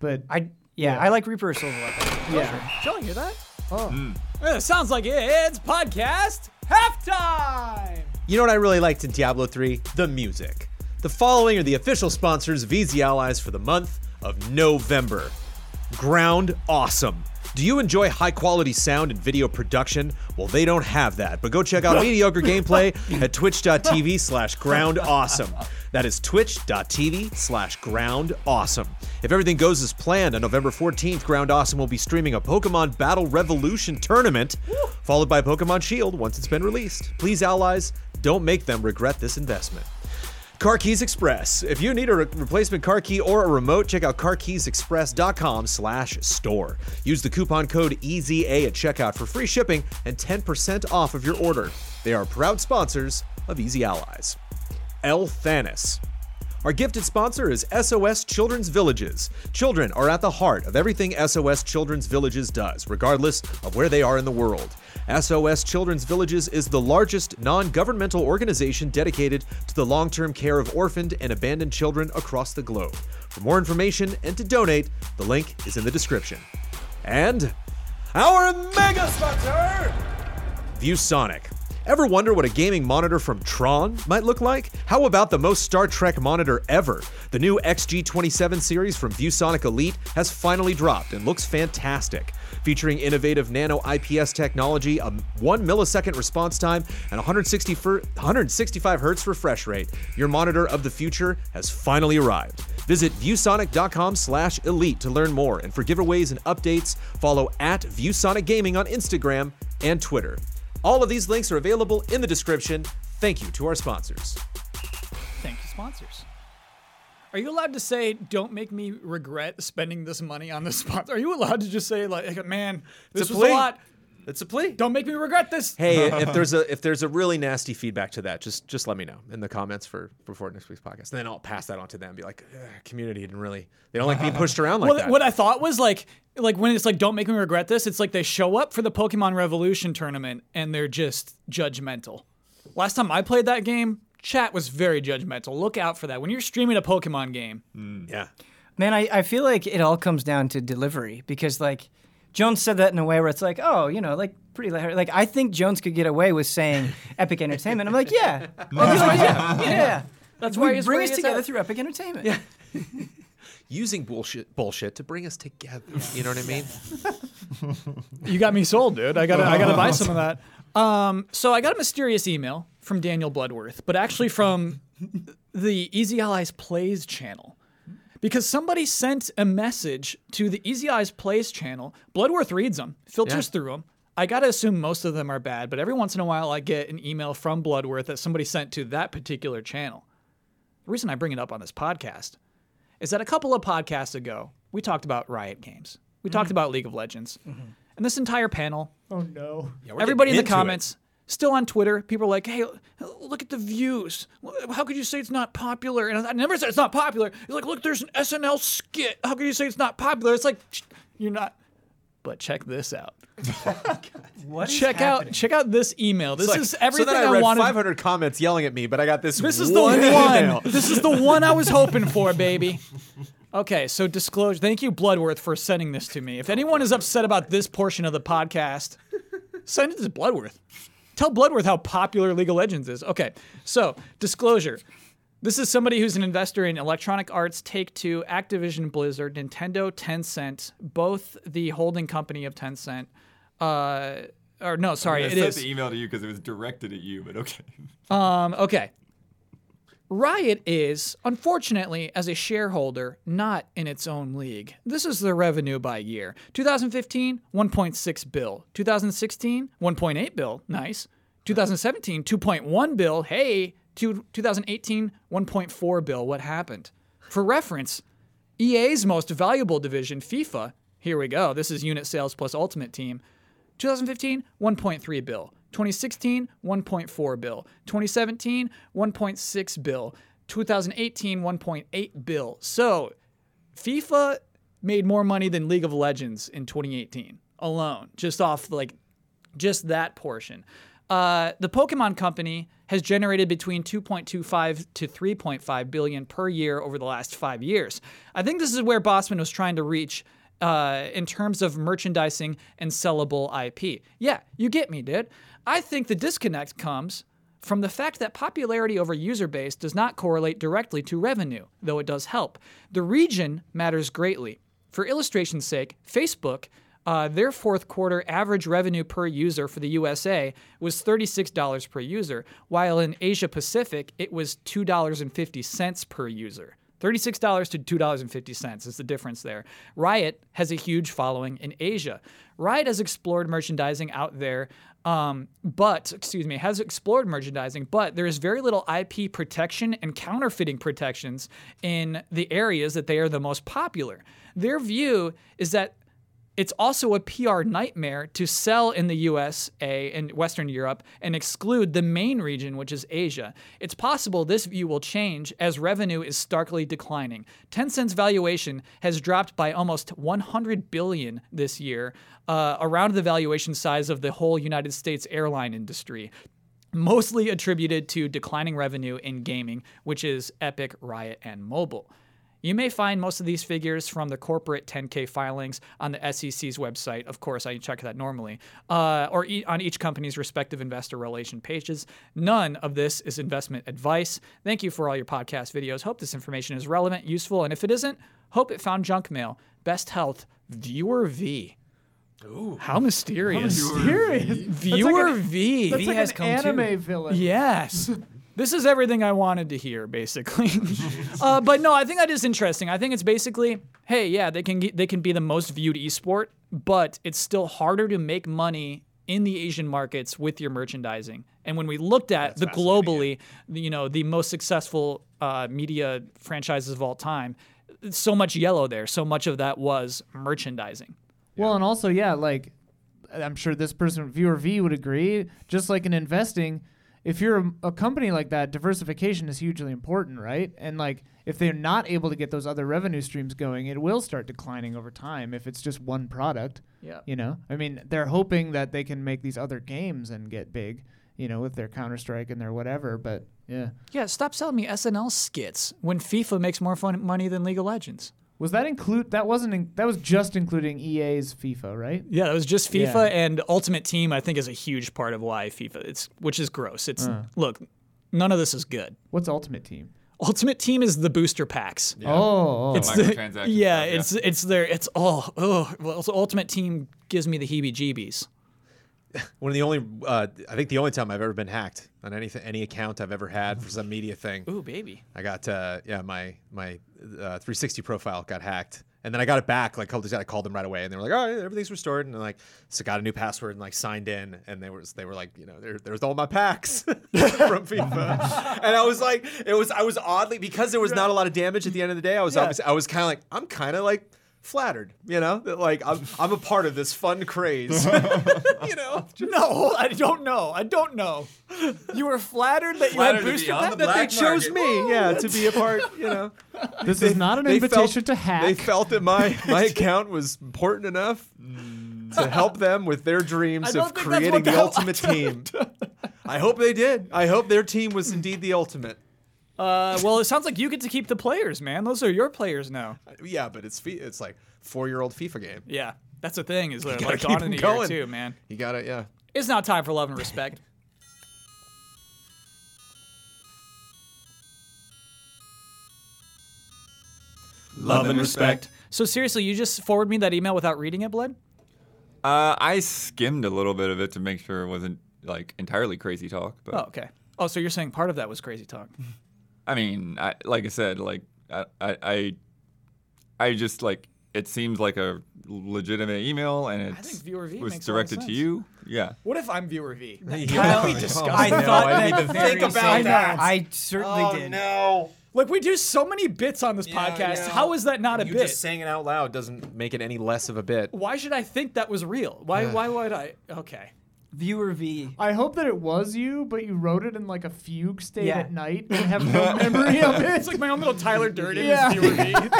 D: but
E: I yeah, I like Reaper of Silverlight.
D: yeah,
A: Did y'all hear that?
D: oh,
A: Uh, sounds like it's podcast halftime.
F: You know what I really liked in Diablo 3? The music. The following are the official sponsors of Easy Allies for the month of November. Ground Awesome. Do you enjoy high quality sound and video production? Well, they don't have that, but go check out mediocre gameplay at twitch.tv slash ground awesome. That is twitch.tv slash ground awesome. If everything goes as planned, on November 14th, Ground Awesome will be streaming a Pokemon Battle Revolution tournament, followed by Pokemon Shield once it's been released. Please, allies, don't make them regret this investment. Car Keys Express. If you need a re- replacement car key or a remote, check out carkeysexpress.com slash store. Use the coupon code EZA at checkout for free shipping and 10% off of your order. They are proud sponsors of Easy Allies. L. Thanis. Our gifted sponsor is SOS Children's Villages. Children are at the heart of everything SOS Children's Villages does, regardless of where they are in the world. SOS Children's Villages is the largest non governmental organization dedicated to the long term care of orphaned and abandoned children across the globe. For more information and to donate, the link is in the description. And our mega sponsor! ViewSonic. Ever wonder what a gaming monitor from Tron might look like? How about the most Star Trek monitor ever? The new XG27 series from ViewSonic Elite has finally dropped and looks fantastic. Featuring innovative nano IPS technology, a 1 millisecond response time, and 160 fir- 165 hertz refresh rate, your monitor of the future has finally arrived. Visit viewsonic.com slash elite to learn more, and for giveaways and updates, follow at ViewSonic Gaming on Instagram and Twitter. All of these links are available in the description. Thank you to our sponsors.
A: Thank you, sponsors. Are you allowed to say, "Don't make me regret spending this money on this sponsor"? Are you allowed to just say, like, "Man, this
F: a
A: was
F: plea.
A: a lot.
F: It's a plea.
A: Don't make me regret this.
F: Hey, if there's a if there's a really nasty feedback to that, just just let me know in the comments for before next week's podcast, and then I'll pass that on to them. Be like, "Ugh, community didn't really they don't like being pushed around like
A: Well,
F: that.
A: what I thought was like, like when it's like, don't make me regret this. It's like they show up for the Pokemon Revolution tournament and they're just judgmental. Last time I played that game, chat was very judgmental. Look out for that when you're streaming a Pokemon game.
F: yeah,
E: Man, I, I feel like it all comes down to delivery because like Jones said that in a way where it's like, oh, you know, like pretty light- like I think Jones could get away with saying Epic Entertainment. I'm like, yeah, I'd be like, yeah, yeah. That's
A: why
E: we
A: it's
E: bring
A: where
E: us
A: it's
E: together
A: at.
E: through Epic Entertainment. Yeah.
F: using bullshit bullshit to bring us together. You know what I mean?
A: You got me sold, dude. I gotta, I gotta buy some of that. Um, so I got a mysterious email from Daniel Bloodworth, but actually from the Easy Allies Plays channel. Because somebody sent a message to the Easy Eyes Plays channel. Bloodworth reads them, filters
F: Yeah.
A: through them. I gotta assume most of them are bad, but every once in a while I get an email from Bloodworth that somebody sent to that particular channel. The reason I bring it up on this podcast is that a couple of podcasts ago, we talked about Riot Games. We talked about League of Legends. And this entire panel,
D: Oh no.
A: everybody in the
F: getting into it.
A: comments, still on Twitter, people are like, hey, l- look at the views. L- How could you say it's not popular? And I I never said it's not popular. It's like, look, there's an SNL skit. How could you say it's not popular? It's like, "Shh, you're not. But check this out.
E: What is
A: Check out check out this email. This
F: Like,
A: is everything
F: so then I, read
A: wanted.
F: 500 comments yelling at me, but I got this.
A: This is the one.
F: email.
A: This is the one I was hoping for, baby. Okay, so disclosure. Thank you, Bloodworth, for sending this to me. If anyone is upset about this portion of the podcast, send it to Bloodworth. Tell Bloodworth how popular League of Legends is. Okay, so disclosure. This is somebody who's an investor in Electronic Arts, Take Two, Activision Blizzard, Nintendo, Tencent, both the holding company of Tencent. Uh, or no, sorry,
B: I
A: it
B: sent
A: is.
B: the email to you because it was directed at you, but okay.
A: Um, okay. Riot is, unfortunately, as a shareholder, not in its own league. This is the revenue by year 2015, 1.6 bill. 2016, 1.8 bill. Nice. 2017, 2.1 bill. Hey. Two- 2018, 1.4 bill. What happened? For reference, EA's E most valuable division, FIFA. Here we go. This is unit sales plus ultimate team. 2015, 1.3 bill. 2016, 1.4 bill. 2017, 1.6 bill. 2018, 1.8 bill. So FIFA made more money than League of Legends in 2018 alone, just off like just that portion. Uh, the Pokemon Company has generated between 2.25 to 3.5 billion per year over the last five years. I think this is where Bossman was trying to reach uh, in terms of merchandising and sellable IP. Yeah, you get me, dude. I think the disconnect comes from the fact that popularity over user base does not correlate directly to revenue, though it does help. The region matters greatly. For illustration's sake, Facebook, uh, their fourth quarter average revenue per user for the USA was $36 per user, while in Asia Pacific, it was $2.50 per user. $36 to $2.50 is the difference there. Riot has a huge following in Asia. Riot has explored merchandising out there, um, but, excuse me, has explored merchandising, but there is very little IP protection and counterfeiting protections in the areas that they are the most popular. Their view is that it's also a PR nightmare to sell in the USA and Western Europe and exclude the main region, which is Asia. It's possible this view will change as revenue is starkly declining. Tencent's valuation has dropped by almost 100 billion this year, uh, around the valuation size of the whole United States airline industry mostly attributed to declining revenue in gaming, which is Epic, Riot, and mobile. You may find most of these figures from the corporate 10K filings on the SEC's website. Of course, I check that normally, uh, or e- on each company's respective investor relation pages. None of this is investment advice. Thank you for all your podcast videos. Hope this information is relevant, useful, and if it isn't, hope it found junk mail. Best health, viewer V. Ooh. How mysterious.
D: Serious.
A: Viewer V.
D: That's like
E: has
D: an
E: come too.
D: anime villain.
A: Yes. This is everything I wanted to hear, basically. uh, but no, I think that is interesting. I think it's basically, hey, yeah, they can get, they can be the most viewed esport, but it's still harder to make money in the Asian markets with your merchandising. And when we looked at the globally, you know, the most successful uh, media franchises of all time, so much yellow there. So much of that was merchandising.
D: Well, and also, yeah, like I'm sure this person, viewer V, would agree. Just like in investing, if you're a, a company like that, diversification is hugely important, right? And like if they're not able to get those other revenue streams going, it will start declining over time if it's just one product.
A: Yeah.
D: You know, I mean, they're hoping that they can make these other games and get big. You know, with their Counter Strike and their whatever, but yeah.
A: Yeah, stop selling me SNL skits when FIFA makes more fun money than League of Legends.
D: Was that include? That wasn't. In, that was just including EA's FIFA, right?
A: Yeah, that was just FIFA
D: Yeah.
A: and Ultimate Team. I think is a huge part of why FIFA. It's which is gross. It's look, none of this is good.
D: What's Ultimate Team?
A: Ultimate Team is the booster packs.
D: Oh, oh.
A: It's
B: The
A: the-
B: microtransaction
A: yeah,
B: stuff, yeah.
A: it's it's their it's oh oh. Well, so Ultimate Team gives me the heebie-jeebies.
F: One of the only, uh, I think the only time I've ever been hacked on anything, any account I've ever had for some media thing.
A: Ooh, baby.
F: I got uh, yeah, my my uh, 360 profile got hacked, and then I got it back. Like a couple days later, I called them right away, and they were like, "All right, everything's restored." And like, so got a new password and like signed in, and they was they were like, you know, there, there's all my packs from FIFA, and I was like, it was I was oddly because there was not a lot of damage at the end of the day. I was obviously I was kind of like I'm kind of like flattered, you know, that like I'm I'm a part of this fun craze, you know.
A: No, I don't know. I don't know. You were flattered that
B: Flattered to be on the
F: That they
B: black
F: chose
B: market.
F: me, yeah, to be a part, you know.
D: this is not an
F: they
D: invitation
F: felt-
D: to hack.
F: They felt that my, my account was important enough to help them with their dreams
A: don't
F: of
A: think that's what
F: creating
A: the
F: the,
A: hell-
F: ultimate team. I hope they did. I hope their team was indeed the ultimate.
A: Uh, well, it sounds like you get to keep the players, man. Those are your players now.
F: Yeah, but it's fi- it's like four year old FIFA game.
A: Yeah, that's the thing. Is that
F: gotta
A: like
F: keep
A: on in
F: 'em
A: the year
F: going.
A: too, man.
F: You got it. Yeah.
A: It's now time for love and respect.
B: Love and respect.
A: so seriously, you just forward me that email without reading it, blood?
B: Uh, I skimmed a little bit of it to make sure it wasn't like entirely crazy talk. But
A: Oh, okay. Oh, so you're saying part of that was crazy talk?
B: I mean, I, like I said, like I, I, I, I just like it seems like a legitimate email, and it's
A: think viewer V
B: was
A: makes a lot of
B: directed to
A: sense.
B: you. Yeah.
A: What if I'm viewer V?
F: Kyle,
E: I thought that very
F: think about
E: same-
F: that.
E: I certainly
F: Oh,
E: did.
C: no.
A: Like we do so many bits on this
C: Yeah,
A: podcast.
C: yeah.
A: How is that not a
F: You
A: bit?
F: just saying it out loud doesn't make it any less of a bit.
A: why should I think that was real? Why? Why would I? Okay.
E: Viewer V.
D: I hope that it was you, but you wrote it in like a fugue state
E: Yeah.
D: at night and have no memory of it.
A: It's like my own little Tyler Durden.
D: yeah.
A: is viewer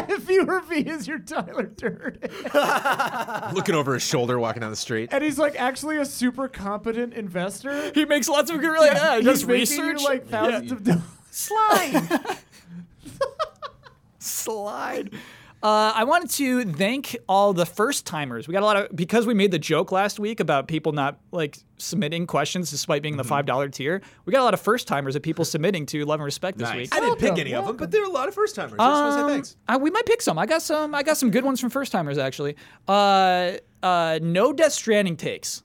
A: V.
D: viewer V is your Tyler Durden.
F: Looking over his shoulder, walking down the street.
D: and he's like actually a super competent investor.
A: He makes lots of good. Really, yeah, he does
D: he's
A: research.
D: making you like thousands of dollars.
A: slide. slide. Uh, I wanted to thank all the first timers. We got a lot of because we made the joke last week about people not like submitting questions despite being in the five dollar tier. We got a lot of first timers of people submitting to love and respect this
F: Nice.
A: week.
F: I didn't pick
D: Welcome,
F: any of them, but there are a lot of first timers. I just want to say
A: Um,
F: thanks.
A: I- we might pick some. I got some. I got some good ones from first timers actually. Uh, uh, no Death Stranding takes.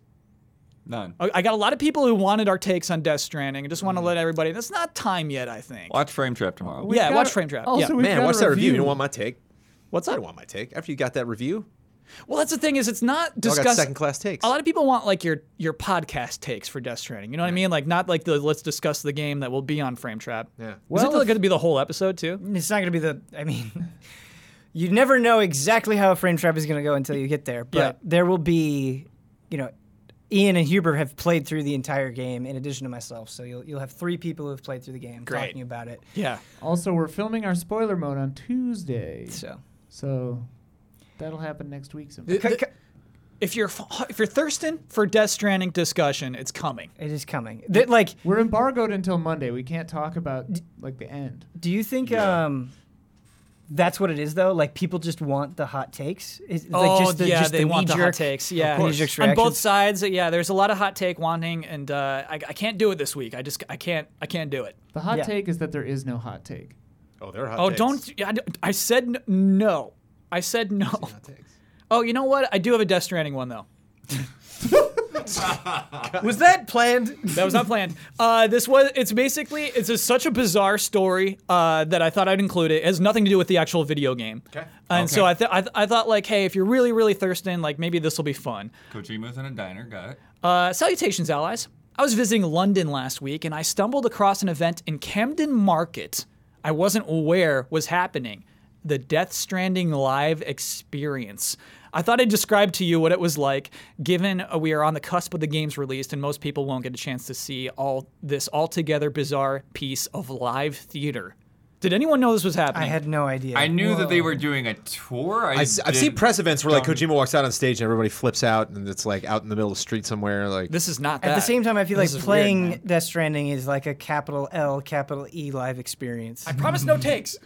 B: None.
A: I I got a lot of people who wanted our takes on Death Stranding. I just
F: Mm.
A: want to let everybody. That's not time yet. I think.
B: Watch Frame Trap tomorrow.
A: Oh, yeah,
D: Got
A: watch
D: a-
A: Frame Trap.
D: Also,
A: yeah.
D: we've
F: Man,
D: got
F: what's
D: a
F: that review? You
D: review.
F: don't want my take?
A: What's
F: I
A: up?
F: don't want my take. After you got that review,
A: Well, that's the thing is, it's not
F: I got
A: discussed.
F: second class takes.
A: A lot of people want like your your podcast takes for Death Stranding. You know what I mean? Like not like the let's discuss the game that will be on Frame Trap.
F: Yeah.
A: Well,
D: Well,
A: Is it
D: if-
A: going to be the whole episode too?
E: It's not going to be the. I mean, you never know exactly how a frame trap is going to go until you get there. But
A: Yeah.
E: there will be, you know, Ian and Huber have played through the entire game in addition to myself. So you'll you'll have three people who have played through the game talking about it.
A: Yeah.
D: Also, we're filming our spoiler mode on Tuesday,
E: So
D: so that'll happen next week. Sometime.
E: c- c-
A: If you're f- if you're thirsting for Death Stranding discussion, it's coming.
E: it is coming. Th- like,
D: We're embargoed until Monday. We can't talk about like the end.
E: do you think? um that's what it is, though. Like people just want the hot takes. Is,
A: oh
E: like just the,
A: yeah,
E: just
A: they
E: the
A: want the hot
E: knee-jerk-
A: takes. Yeah,
E: the knee-jerk
A: on both
E: reactions.
A: sides. Yeah, there's a lot of hot take wanting, and uh, I, I can't do it this week. I just I can't I can't do it.
D: The hot
E: Yeah.
D: take is that there is no hot take.
F: oh, they're hot
A: Oh,
F: takes.
A: don't I, I said n- no. I said no. Oh, you know what? I do have a Death Stranding one though.
E: Was that planned?
A: That was not planned. Uh, this was. It's basically. It's a, such a bizarre story uh, that I thought I'd include it. It has nothing to do with the actual video game. Okay. And so I, th- I, th- I thought like, hey, if you're really really thirsting, like maybe this will be fun.
B: Kojima's in a diner. Got it.
A: Uh, salutations, allies. I was visiting London last week and I stumbled across an event in Camden Market I wasn't aware was happening the Death Stranding Live Experience. I thought I'd describe to you what it was like, given uh, we are on the cusp of the game's release, and most people won't get a chance to see all this altogether bizarre piece of live theater. Did anyone know this was
E: I
A: happening?
E: had no idea.
B: I knew that they were doing a tour. I
F: I, have seen press events where like Kojima walks out on stage and everybody flips out, and it's like out in the middle of the street somewhere. Like
A: this is not that.
E: At the same time, I feel like
A: This is weird,
E: playing
A: man.
E: Death Stranding is like a capital L, capital E live experience.
A: I promise no takes.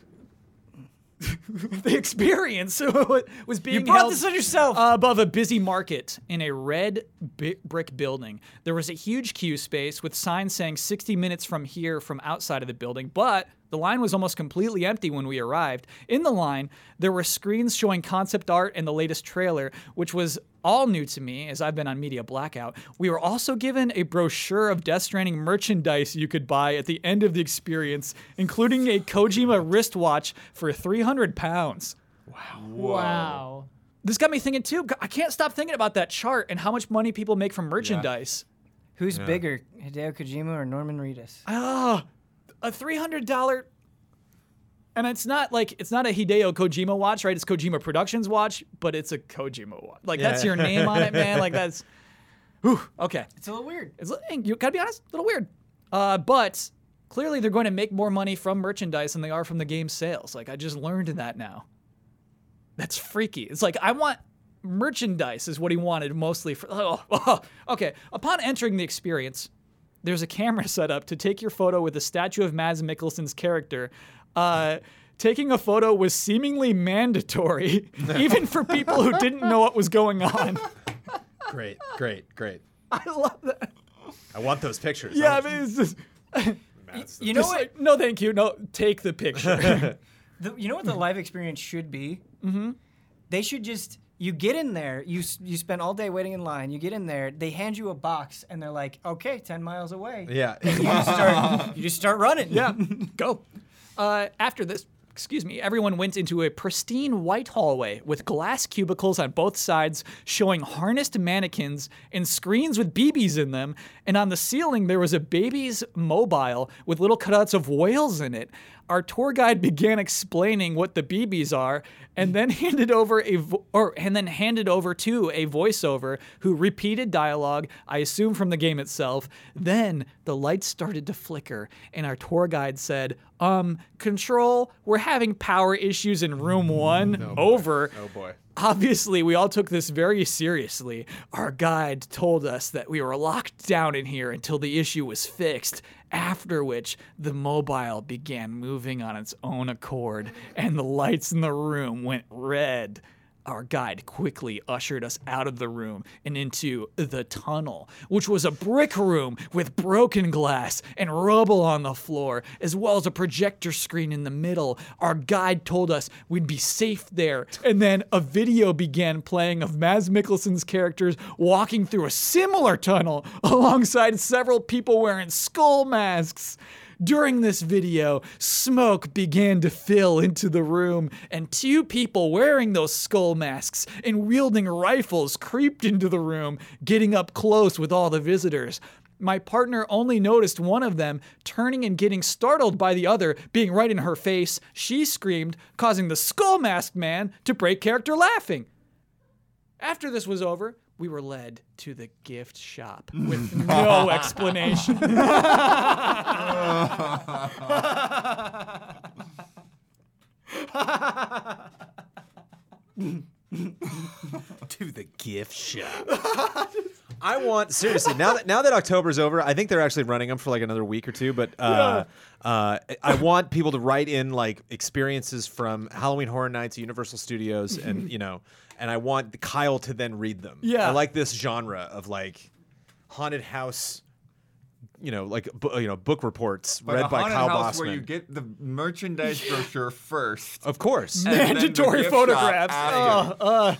A: the experience was being
E: brought
A: held
E: this on yourself.
A: above a busy market in a red bi- brick building. There was a huge queue space with signs saying 60 minutes from here from outside of the building, but the line was almost completely empty when we arrived. In the line, there were screens showing concept art and the latest trailer, which was all new to me as I've been on media blackout. We were also given a brochure of Death Stranding merchandise you could buy at the end of the experience, including a Kojima wristwatch for 300 pounds.
D: Wow.
A: This got me thinking too. G- I can't stop thinking about that chart and how much money people make from merchandise.
E: Who's bigger, Hideo Kojima or Norman Reedus?
A: Ah, a $300 and it's not like it's not a Hideo Kojima watch, right? It's Kojima Productions watch, but it's a Kojima watch. Like that's your name on it, man. Like that's Whew, okay.
E: It's a little weird.
A: It's li- you gotta be honest, a little weird. Uh, but clearly they're going to make more money from merchandise than they are from the game sales. Like I just learned that now. That's freaky. It's like I want merchandise is what he wanted mostly for. Oh, okay. Upon entering the experience, there's a camera set up to take your photo with a statue of Mads Mikkelsen's character. Uh, taking a photo was seemingly mandatory, even for people who didn't know what was going on.
F: great, great, great.
A: I love that.
F: I want those pictures.
A: Yeah, I mean, it's just.
E: You know
A: Just
E: what?
A: like, no, thank you. No, take the picture.
E: The, you know what the live experience should be? Mm-hmm. They should just you get in there. You s- you spend all day waiting in line. You get in there. They hand you a box, and they're like, "Okay, ten miles away."
F: yeah.
E: You just start, you just start running.
A: yeah, go. Uh, after this, excuse me, everyone went into a pristine white hallway with glass cubicles on both sides showing harnessed mannequins and screens with BBs in them. And on the ceiling, there was a baby's mobile with little cutouts of whales in it. Our tour guide began explaining what the BBs are, and then handed over a vo- or and then handed over to a voiceover who repeated dialogue, I assume from the game itself. Then the lights started to flicker, and our tour guide said, "Um, control, we're having power issues in room one. over."
F: Oh boy.
A: Obviously, we all took this very seriously. Our guide told us that we were locked down in here until the issue was fixed, after which the mobile began moving on its own accord and the lights in the room went red. Our guide quickly ushered us out of the room and into the tunnel, which was a brick room with broken glass and rubble on the floor, as well as a projector screen in the middle. Our guide told us we'd be safe there, and then a video began playing of Maz Mikkelsen's characters walking through a similar tunnel alongside several people wearing skull masks. During this video, smoke began to fill into the room, and two people wearing those skull masks and wielding rifles creeped into the room, getting up close with all the visitors. My partner only noticed one of them turning and getting startled by the other being right in her face. She screamed, causing the skull masked man to break character laughing. After this was over, we were led to the gift shop with no explanation.
F: to the gift shop. I want seriously now that now that October's over, I think they're actually running them for like another week or two. But uh, uh, I- I want people to write in like experiences from Halloween Horror Nights, at Universal Studios, and you know, and I want Kyle to then read them.
A: Yeah.
F: I like this genre of like haunted house, you know, like bu- you know book reports
B: But a
F: read by
B: haunted
F: Kyle
B: house
F: Bossman.
B: where you get the merchandise brochure first.
F: of course,
B: and then the
A: mandatory
B: gift shop
A: photographs.
B: after.
A: Uh, uh,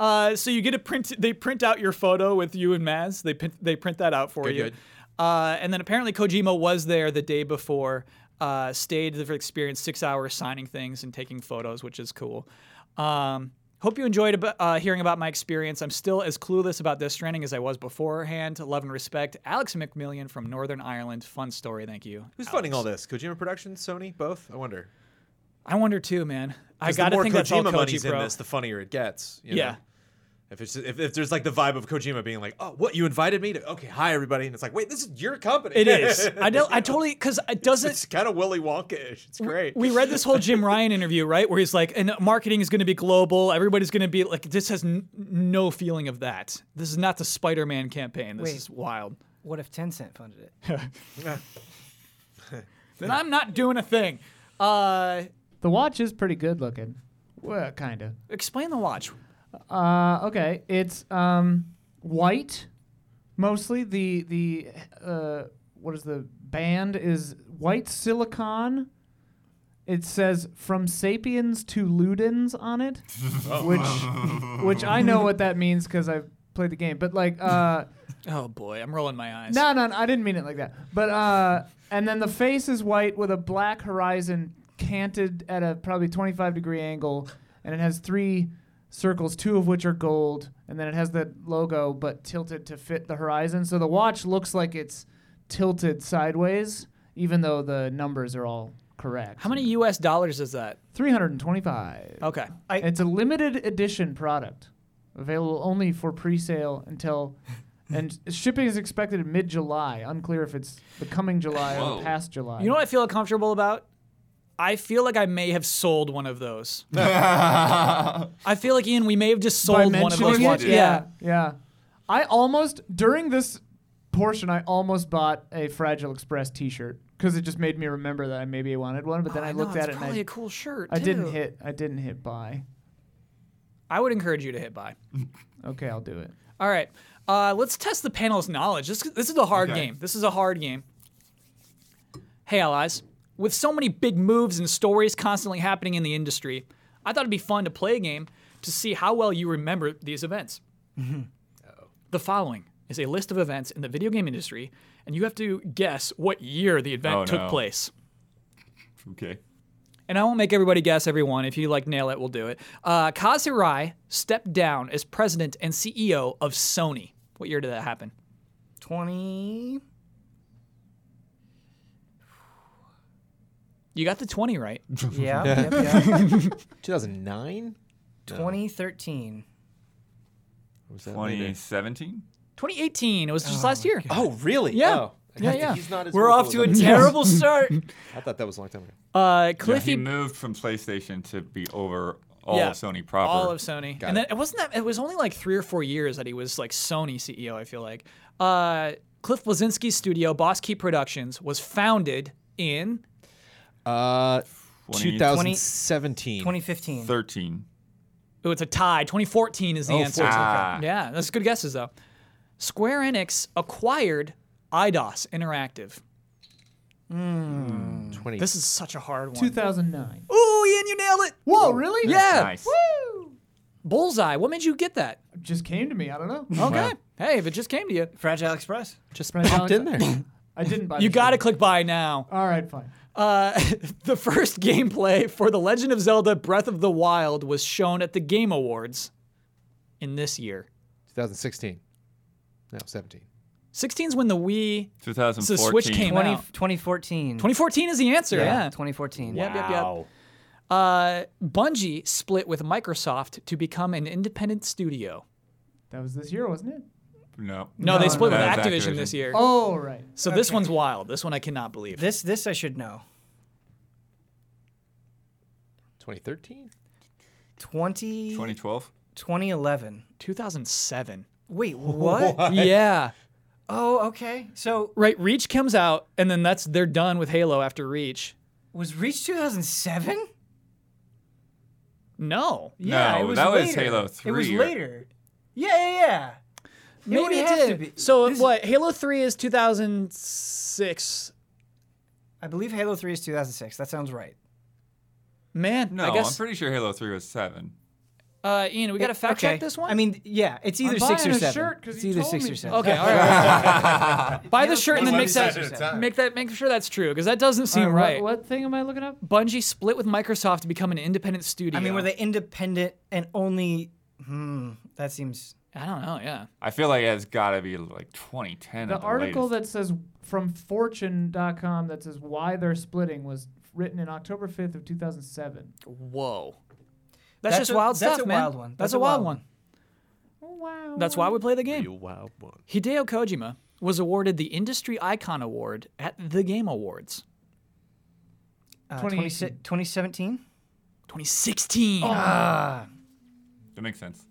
A: uh, so you get a print. They print out your photo with you and Maz. They pin, they print that out for you.
F: good.
A: Uh, and then apparently Kojima was there the day before, uh, stayed the experience six hours signing things and taking photos, which is cool. Um, hope you enjoyed ab- uh, hearing about my experience. I'm still as clueless about this stranding as I was beforehand. Love and respect, Alex McMillian from Northern Ireland. Fun story, thank you.
F: who's funding all this? Kojima Productions, Sony, both? I wonder.
A: I wonder too, man. I
F: 'Cause the
A: gotta
F: more
A: think
F: Kojima
A: that's all Koji
F: money's in
A: Pro.
F: this, the funnier it gets. you know?
A: Yeah.
F: If it's if, if there's like the vibe of Kojima being like, oh, what you invited me to? Okay, hi everybody, and it's like, wait, this is your company.
A: It is. I don't. I totally because it
F: it's
A: doesn't.
F: kind of Willy Wonka-ish. It's great.
A: We read this whole Jim Ryan interview, right, where he's like, "And marketing is going to be global. Everybody's going to be like, this has n- no feeling of that. This is not the Spider-Man campaign. This
E: Wait.
A: is wild."
E: What if Tencent funded it?
A: Then I'm not doing a thing. Uh,
D: The watch is pretty good looking. Well, kind of.
A: explain the watch.
D: Uh, okay, it's um, white, mostly. The the uh, what is the band is white silicon. It says from sapiens to ludens on it, which which I know what that means because I've played the game. But like, uh,
A: Oh boy, I'm rolling my eyes.
D: no, no, no, I didn't mean it like that. But uh, and then the face is white with a black horizon canted at a probably 25 degree angle, and it has three circles, two of which are gold, and then it has the logo but tilted to fit the horizon. So the watch looks like it's tilted sideways, even though the numbers are all correct.
A: How many U.S. dollars is that?
D: 325.
A: Okay.
D: It's a limited edition product, available only for pre-sale until, and shipping is expected in mid-July. Unclear if it's the coming July or
B: Whoa.
D: the past July.
A: You know what I feel uncomfortable about? I feel like I may have sold one of those. I feel like Ian, we may have just
D: By
A: sold one of those
D: mentioning
A: watches.
D: it, yeah, yeah. I almost during this portion, I almost bought a Fragile Express T-shirt because it just made me remember that I maybe wanted one. But then
A: Oh,
D: I
A: know,
D: looked
A: it's
D: at it and
A: probably
D: I,
A: a cool shirt.
D: I didn't
A: too.
D: hit. I didn't hit buy.
A: I would encourage you to hit buy.
D: Okay, I'll do it.
A: All right. Uh, let's test the panel's knowledge. This, this is a hard
B: Okay.
A: game. This is a hard game. Hey, allies. With so many big moves and stories constantly happening in the industry, I thought it'd be fun to play a game to see how well you remember these events. Mm-hmm. The following is a list of events in the video game industry, and you have to guess what year the event
B: Oh,
A: took
B: no.
A: place.
B: Okay.
A: And I won't make everybody guess everyone. If you like nail it, we'll do it. Uh, Kazurai stepped down as president and CEO of Sony. What year did that happen?
E: 20.
A: You got the 20 right.
E: Yeah. yep, yeah.
F: 2009.
E: 2013.
F: Was that later?
B: 2017?
A: 2018. It was just last year.
F: Oh, really?
A: Yeah.
F: Oh.
A: Yeah, yeah.
F: He's not as
E: We're off to a
F: vocal as
E: terrible start.
F: I I thought that was a long time ago.
A: Uh,
B: Yeah, he
A: Cliffy,
B: moved from PlayStation to be over all
A: Yeah.
B: of Sony proper.
A: all of Sony. and then it wasn't that, it was only like three or four years that he was like Sony CEO, I feel like. Uh, Cliff Blazinski's studio, Boss Key Productions, was founded in.
F: Uh,
E: 2017. 2015.
B: 2013.
A: Oh, it's a tie. 2014 is the
F: Oh,
A: answer.
F: 14, okay.
B: Ah.
A: Yeah, that's good guesses, though. Square Enix acquired IDOS Interactive.
F: Twenty.
A: This is such a hard one.
D: 2009.
A: Ooh, Ian, you nailed it. Whoa, really? Yeah.
B: Nice.
A: Bullseye. What made you get that?
D: Just came to me. I don't know. Oh,
A: Okay. Hey, if it just came to you.
E: Fragile Express.
F: just
D: Right,
F: popped
D: Alex?
F: in there.
D: I didn't buy.
A: You
D: the
A: gotta
D: shirt.
A: click buy now.
D: All right, fine.
A: Uh, the first gameplay for The Legend of Zelda Breath of the Wild was shown at the Game Awards in this year.
F: 2016. No, 17.
A: 16's when the Wii.
B: 2014.
A: So Switch came-
E: 20,
A: Wow.
E: 2014.
A: 2014 is the answer, yeah.
E: 2014.
A: Yep, yep, yep. Uh, Bungie split with Microsoft to become an independent studio.
D: That was this year, wasn't it?
B: No.
A: No, they split with
B: That was
A: Activision,
B: Activision.
A: this year.
D: Oh, right.
A: So this one's wild. This one I cannot believe.
E: This this I should know.
F: 2013.
E: 20,
B: 2012.
E: 2011.
A: 2007.
E: Wait, what?
A: Yeah.
E: Oh, okay. So
A: Right, Reach comes out, and then that's they're done with Halo after Reach.
E: was Reach 2007?
A: No.
E: Yeah,
B: No,
E: it was
B: that was
E: later.
B: Halo
E: It was
B: 3, or-
E: later. Yeah, yeah, yeah. It would
A: Maybe it
E: have to
A: did.
E: be-
A: So
E: this-
A: what? Halo 3 is 2006.
E: I believe Halo 3 is 2006. That sounds right.
A: Man,
B: No,
A: I
B: I'm
A: guess.
B: pretty sure Halo 3 was 7.
A: uh, Ian, we got to fact
E: Okay.
A: check this one.
E: I mean, yeah, it's either six
D: buying
E: or
D: a
E: seven.
D: shirt 'cause
E: it's
D: you
E: either
D: told
E: six
D: me
E: or
D: so.
E: seven.
A: okay, all right. Buy the shirt and then
E: One
A: make
E: website
A: that
E: at a time.
A: make that make sure that's true because that doesn't seem
D: All
A: right.
D: What, what thing am I looking up?
A: Bungie split with Microsoft to become an independent studio.
E: I mean, were they independent and only? Hmm, that seems.
A: I don't know. Yeah.
B: I feel like it's got to be like 2010.
D: The
B: at
D: article
B: latest.
D: that says from fortune.com that says why they're splitting was written in October 5th of 2007.
A: Whoa. That's,
E: That's
A: just
E: a-
A: wild
E: that's
A: stuff,
E: a
A: man.
E: wild one.
A: That's, a wild one.
D: Wow.
A: That's why we play the game.
F: You wow one.
A: Hideo Kojima was awarded the Industry Icon Award at the Game Awards
E: Uh,
D: 2018.
E: 2017?
A: 2016.
E: Ah.
B: That makes sense.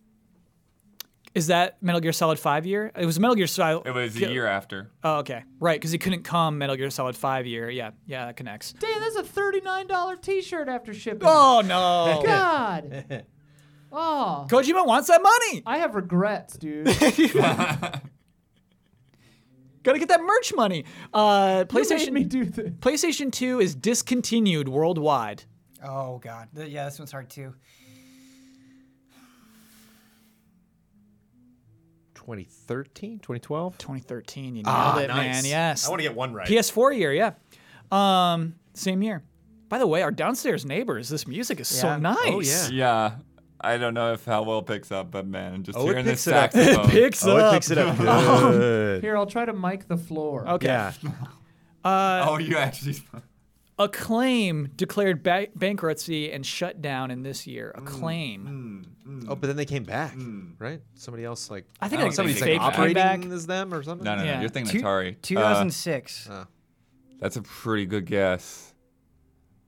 A: Is that Metal Gear Solid 5 year? It was Metal Gear Solid.
B: It was a year after.
A: Oh, okay. Right, because he couldn't come Metal Gear Solid 5 year. Yeah, yeah, that connects.
D: Dang, that's a thirty-nine dollar T-shirt after shipping.
A: Oh, no.
D: God. oh,
A: Kojima wants that money.
D: I have regrets, dude.
A: Gotta get that merch money. Uh,
D: PlayStation
A: PlayStation,
D: me do this.
A: PlayStation 2 is discontinued worldwide.
E: Oh god. Th- yeah, this one's hard too.
F: 2013, 2012.
A: 2013, you nailed it, man. Yes.
F: Ah, I want to get one right.
A: PS4 year, yeah. Um, same year. By the way, our downstairs neighbors, this music is so
E: Yeah.
A: nice.
F: Oh, yeah.
B: Yeah. I don't know if how well it picks up, but man, just
F: Oh, it
B: hearing this
F: picks it up.
B: saxophone.
A: Picks
F: oh,
A: up.
F: it picks it up. Good.
D: Here, I'll try to mic the floor.
A: Okay.
F: Yeah.
B: oh, you actually.
A: Acclaim declared ba- bankruptcy and shut down in this year.
F: Mm,
A: Acclaim.
F: Oh, but then they came back, right? Somebody else like
A: I think
B: I don't
A: like,
B: think
F: Oh, somebody's
B: they
A: fake
F: like
B: came back.
A: came back.
F: operating as them or something.
B: No, no, no.
A: Yeah.
B: You're thinking
E: Two-
B: Atari. Uh,
E: 2006.
B: that's a pretty good guess.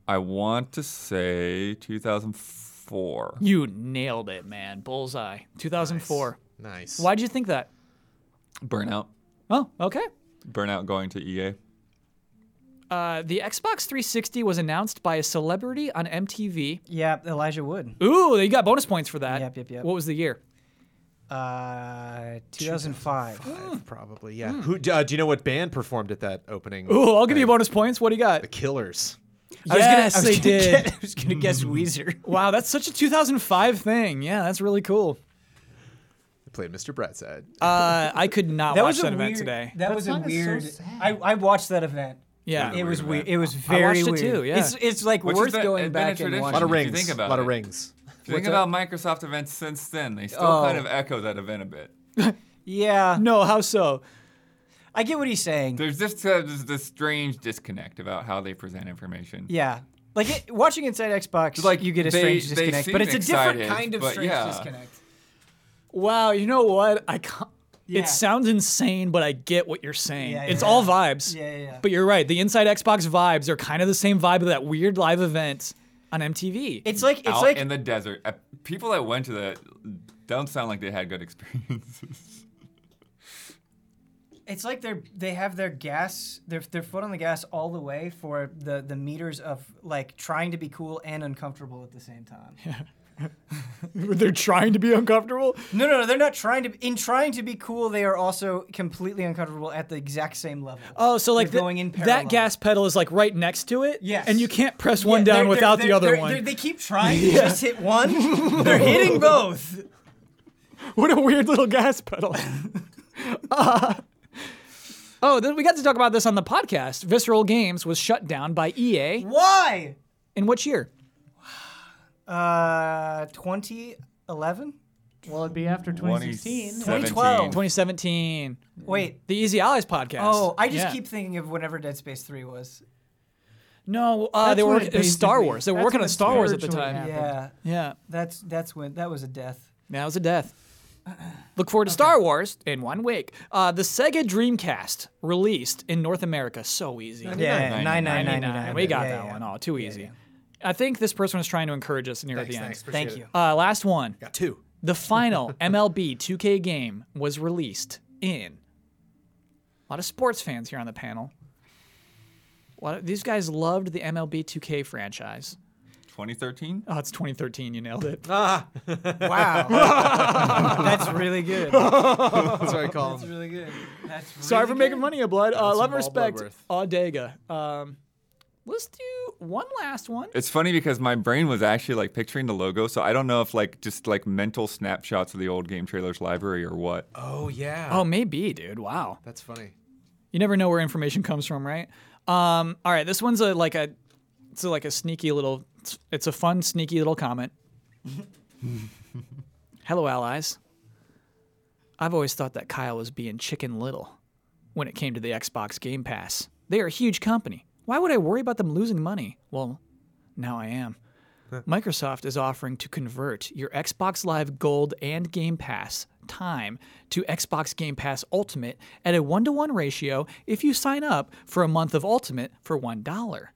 B: I want to say 2004.
A: You nailed it, man. Bullseye. 2004.
F: Nice.
A: Why'd you think that?
B: Burnout.
A: Oh, okay.
B: Burnout going to E EA.
A: Uh, the Xbox 360 was announced by a celebrity on MTV.
E: yeah, Elijah Wood.
A: Ooh, you got bonus points for that.
E: Yep, yep, yep.
A: What was the year?
E: Uh 2005.
F: Five, probably. Yeah. Who uh, do you know what band performed at that opening?
A: Ooh, oh. I'll give you bonus points. What do you got?
F: The Killers.
E: I was gonna- I
A: yes,
E: was
A: they
E: gonna
A: did.
E: get- I was going to guess Weezer.
A: Wow, that's such a 2005 thing. Yeah, that's really cool.
F: They played Mr. Brightside.
A: Uh, I could not watch that event
E: weird-
A: today.
E: That, was a
D: song is so
E: weird.
D: sad.
E: I, I watched that event.
A: Yeah.
E: It was
B: weird
E: weird. It was very
A: watched it
E: weird.
A: too, yeah.
E: It's it's like
B: Which is
E: worth
B: the-
E: going
B: it's been a
E: back and
B: tradition.
F: a lot
E: watching.
F: of
B: If you
F: rings.
B: think about
F: a lot of
B: it.
F: rings.
B: If you Think about Microsoft events since then. They still
E: Oh.
B: kind of echo that event a bit.
E: Yeah,
A: No, how so?
E: I get what he's saying.
B: There's just uh, this, this strange disconnect about how they present information.
E: Yeah, like it, watching inside Xbox,
B: Like,
E: like you get a
B: they-
E: strange
B: they
E: disconnect,
B: seem
E: but it's a
B: excited,
E: different kind of
B: but
E: strange
B: yeah.
E: disconnect.
A: Wow, you know what? I can't.
E: Yeah.
A: It sounds insane, but I get what you're saying.
E: Yeah,
A: it's
E: yeah.
A: all vibes.
E: Yeah, yeah, yeah.
A: But you're right. The Inside Xbox vibes are kind of the same vibe of that weird live event on MTV.
E: It's like it's
B: out
E: like
B: in the desert. Uh, people that went to that don't sound like they had good experiences.
E: it's like they're they have their gas their their foot on the gas all the way for the the meters of like trying to be cool and uncomfortable at the same time.
A: They're trying to be uncomfortable.
E: No, no, no, they're not trying to. In trying to be cool, they are also completely uncomfortable at the exact same level.
A: Oh, so like
E: They're
A: the-
E: going in
A: that
E: parallel.
A: gas pedal is like right next to it.
E: Yes.
A: And you can't press
E: Yeah,
A: one
E: they're-
A: down
E: they're-
A: without the
E: they're-
A: other
E: they're-
A: one.
E: they're- they keep trying to just hit one. they're hitting both.
A: What a weird little gas pedal. Uh, oh, then we got to talk about this on the podcast. Visceral Games was shut down by EA
E: Why?
A: in which year?
E: Uh, 2011.
D: Well, it'd be after 2016.
E: 2012.
A: 2017.
E: Wait.
A: The Easy Allies podcast.
E: Oh, I just
A: Yeah.
E: keep thinking of whenever Dead Space 3 was.
A: No, uh,
D: That's
A: they were
D: when
A: working,
D: it
A: it was Star
D: basically-
A: Wars. They were
D: that's
A: working
D: when
A: on
D: it
A: Star Wars at the
D: spiritually
A: time.
D: happened.
E: Yeah,
A: Yeah.
E: that's that's when that was a death.
A: That was a death. Look forward to Star Wars in one week. Uh, the Sega Dreamcast released in North America. So easy.
E: Yeah,
A: 99. We got that one. Oh, too easy. I think this person was trying to encourage us near
F: Thanks,
A: the end.
F: thanks, appreciate
E: Thank
F: it.
E: you.
A: Uh, last one.
F: Got two.
A: The final MLB 2K game was released in. A lot of sports fans here on the panel. A lot of- these guys loved the MLB 2K franchise.
B: 2013.
A: Oh, it's 2013. You nailed it.
E: Wow, that's really good.
F: That's what I call
E: That's
F: them.
E: really good. That's really
A: Sorry for making
E: good.
A: money of blood. Uh,
F: That's
A: love and
F: all blood
A: respect. Audega. Um, let's do one last one.
B: It's funny because my brain was actually like picturing the logo, so I don't know if like just like mental snapshots of the old game trailers library or what.
F: Oh yeah.
A: Oh, maybe, dude. Wow.
F: That's funny.
A: You never know where information comes from, right? Um, all right, this one's a like a it's a, like a sneaky little it's- it's a fun sneaky little comment. Hello allies. I've always thought that Kyle was being chicken little when it came to the Xbox Game Pass. They are a huge company. Why would I worry about them losing money? Well, now I am. Microsoft is offering to convert your Xbox Live Gold and Game Pass time to Xbox Game Pass Ultimate at a one to one ratio if you sign up for a month of Ultimate for $1.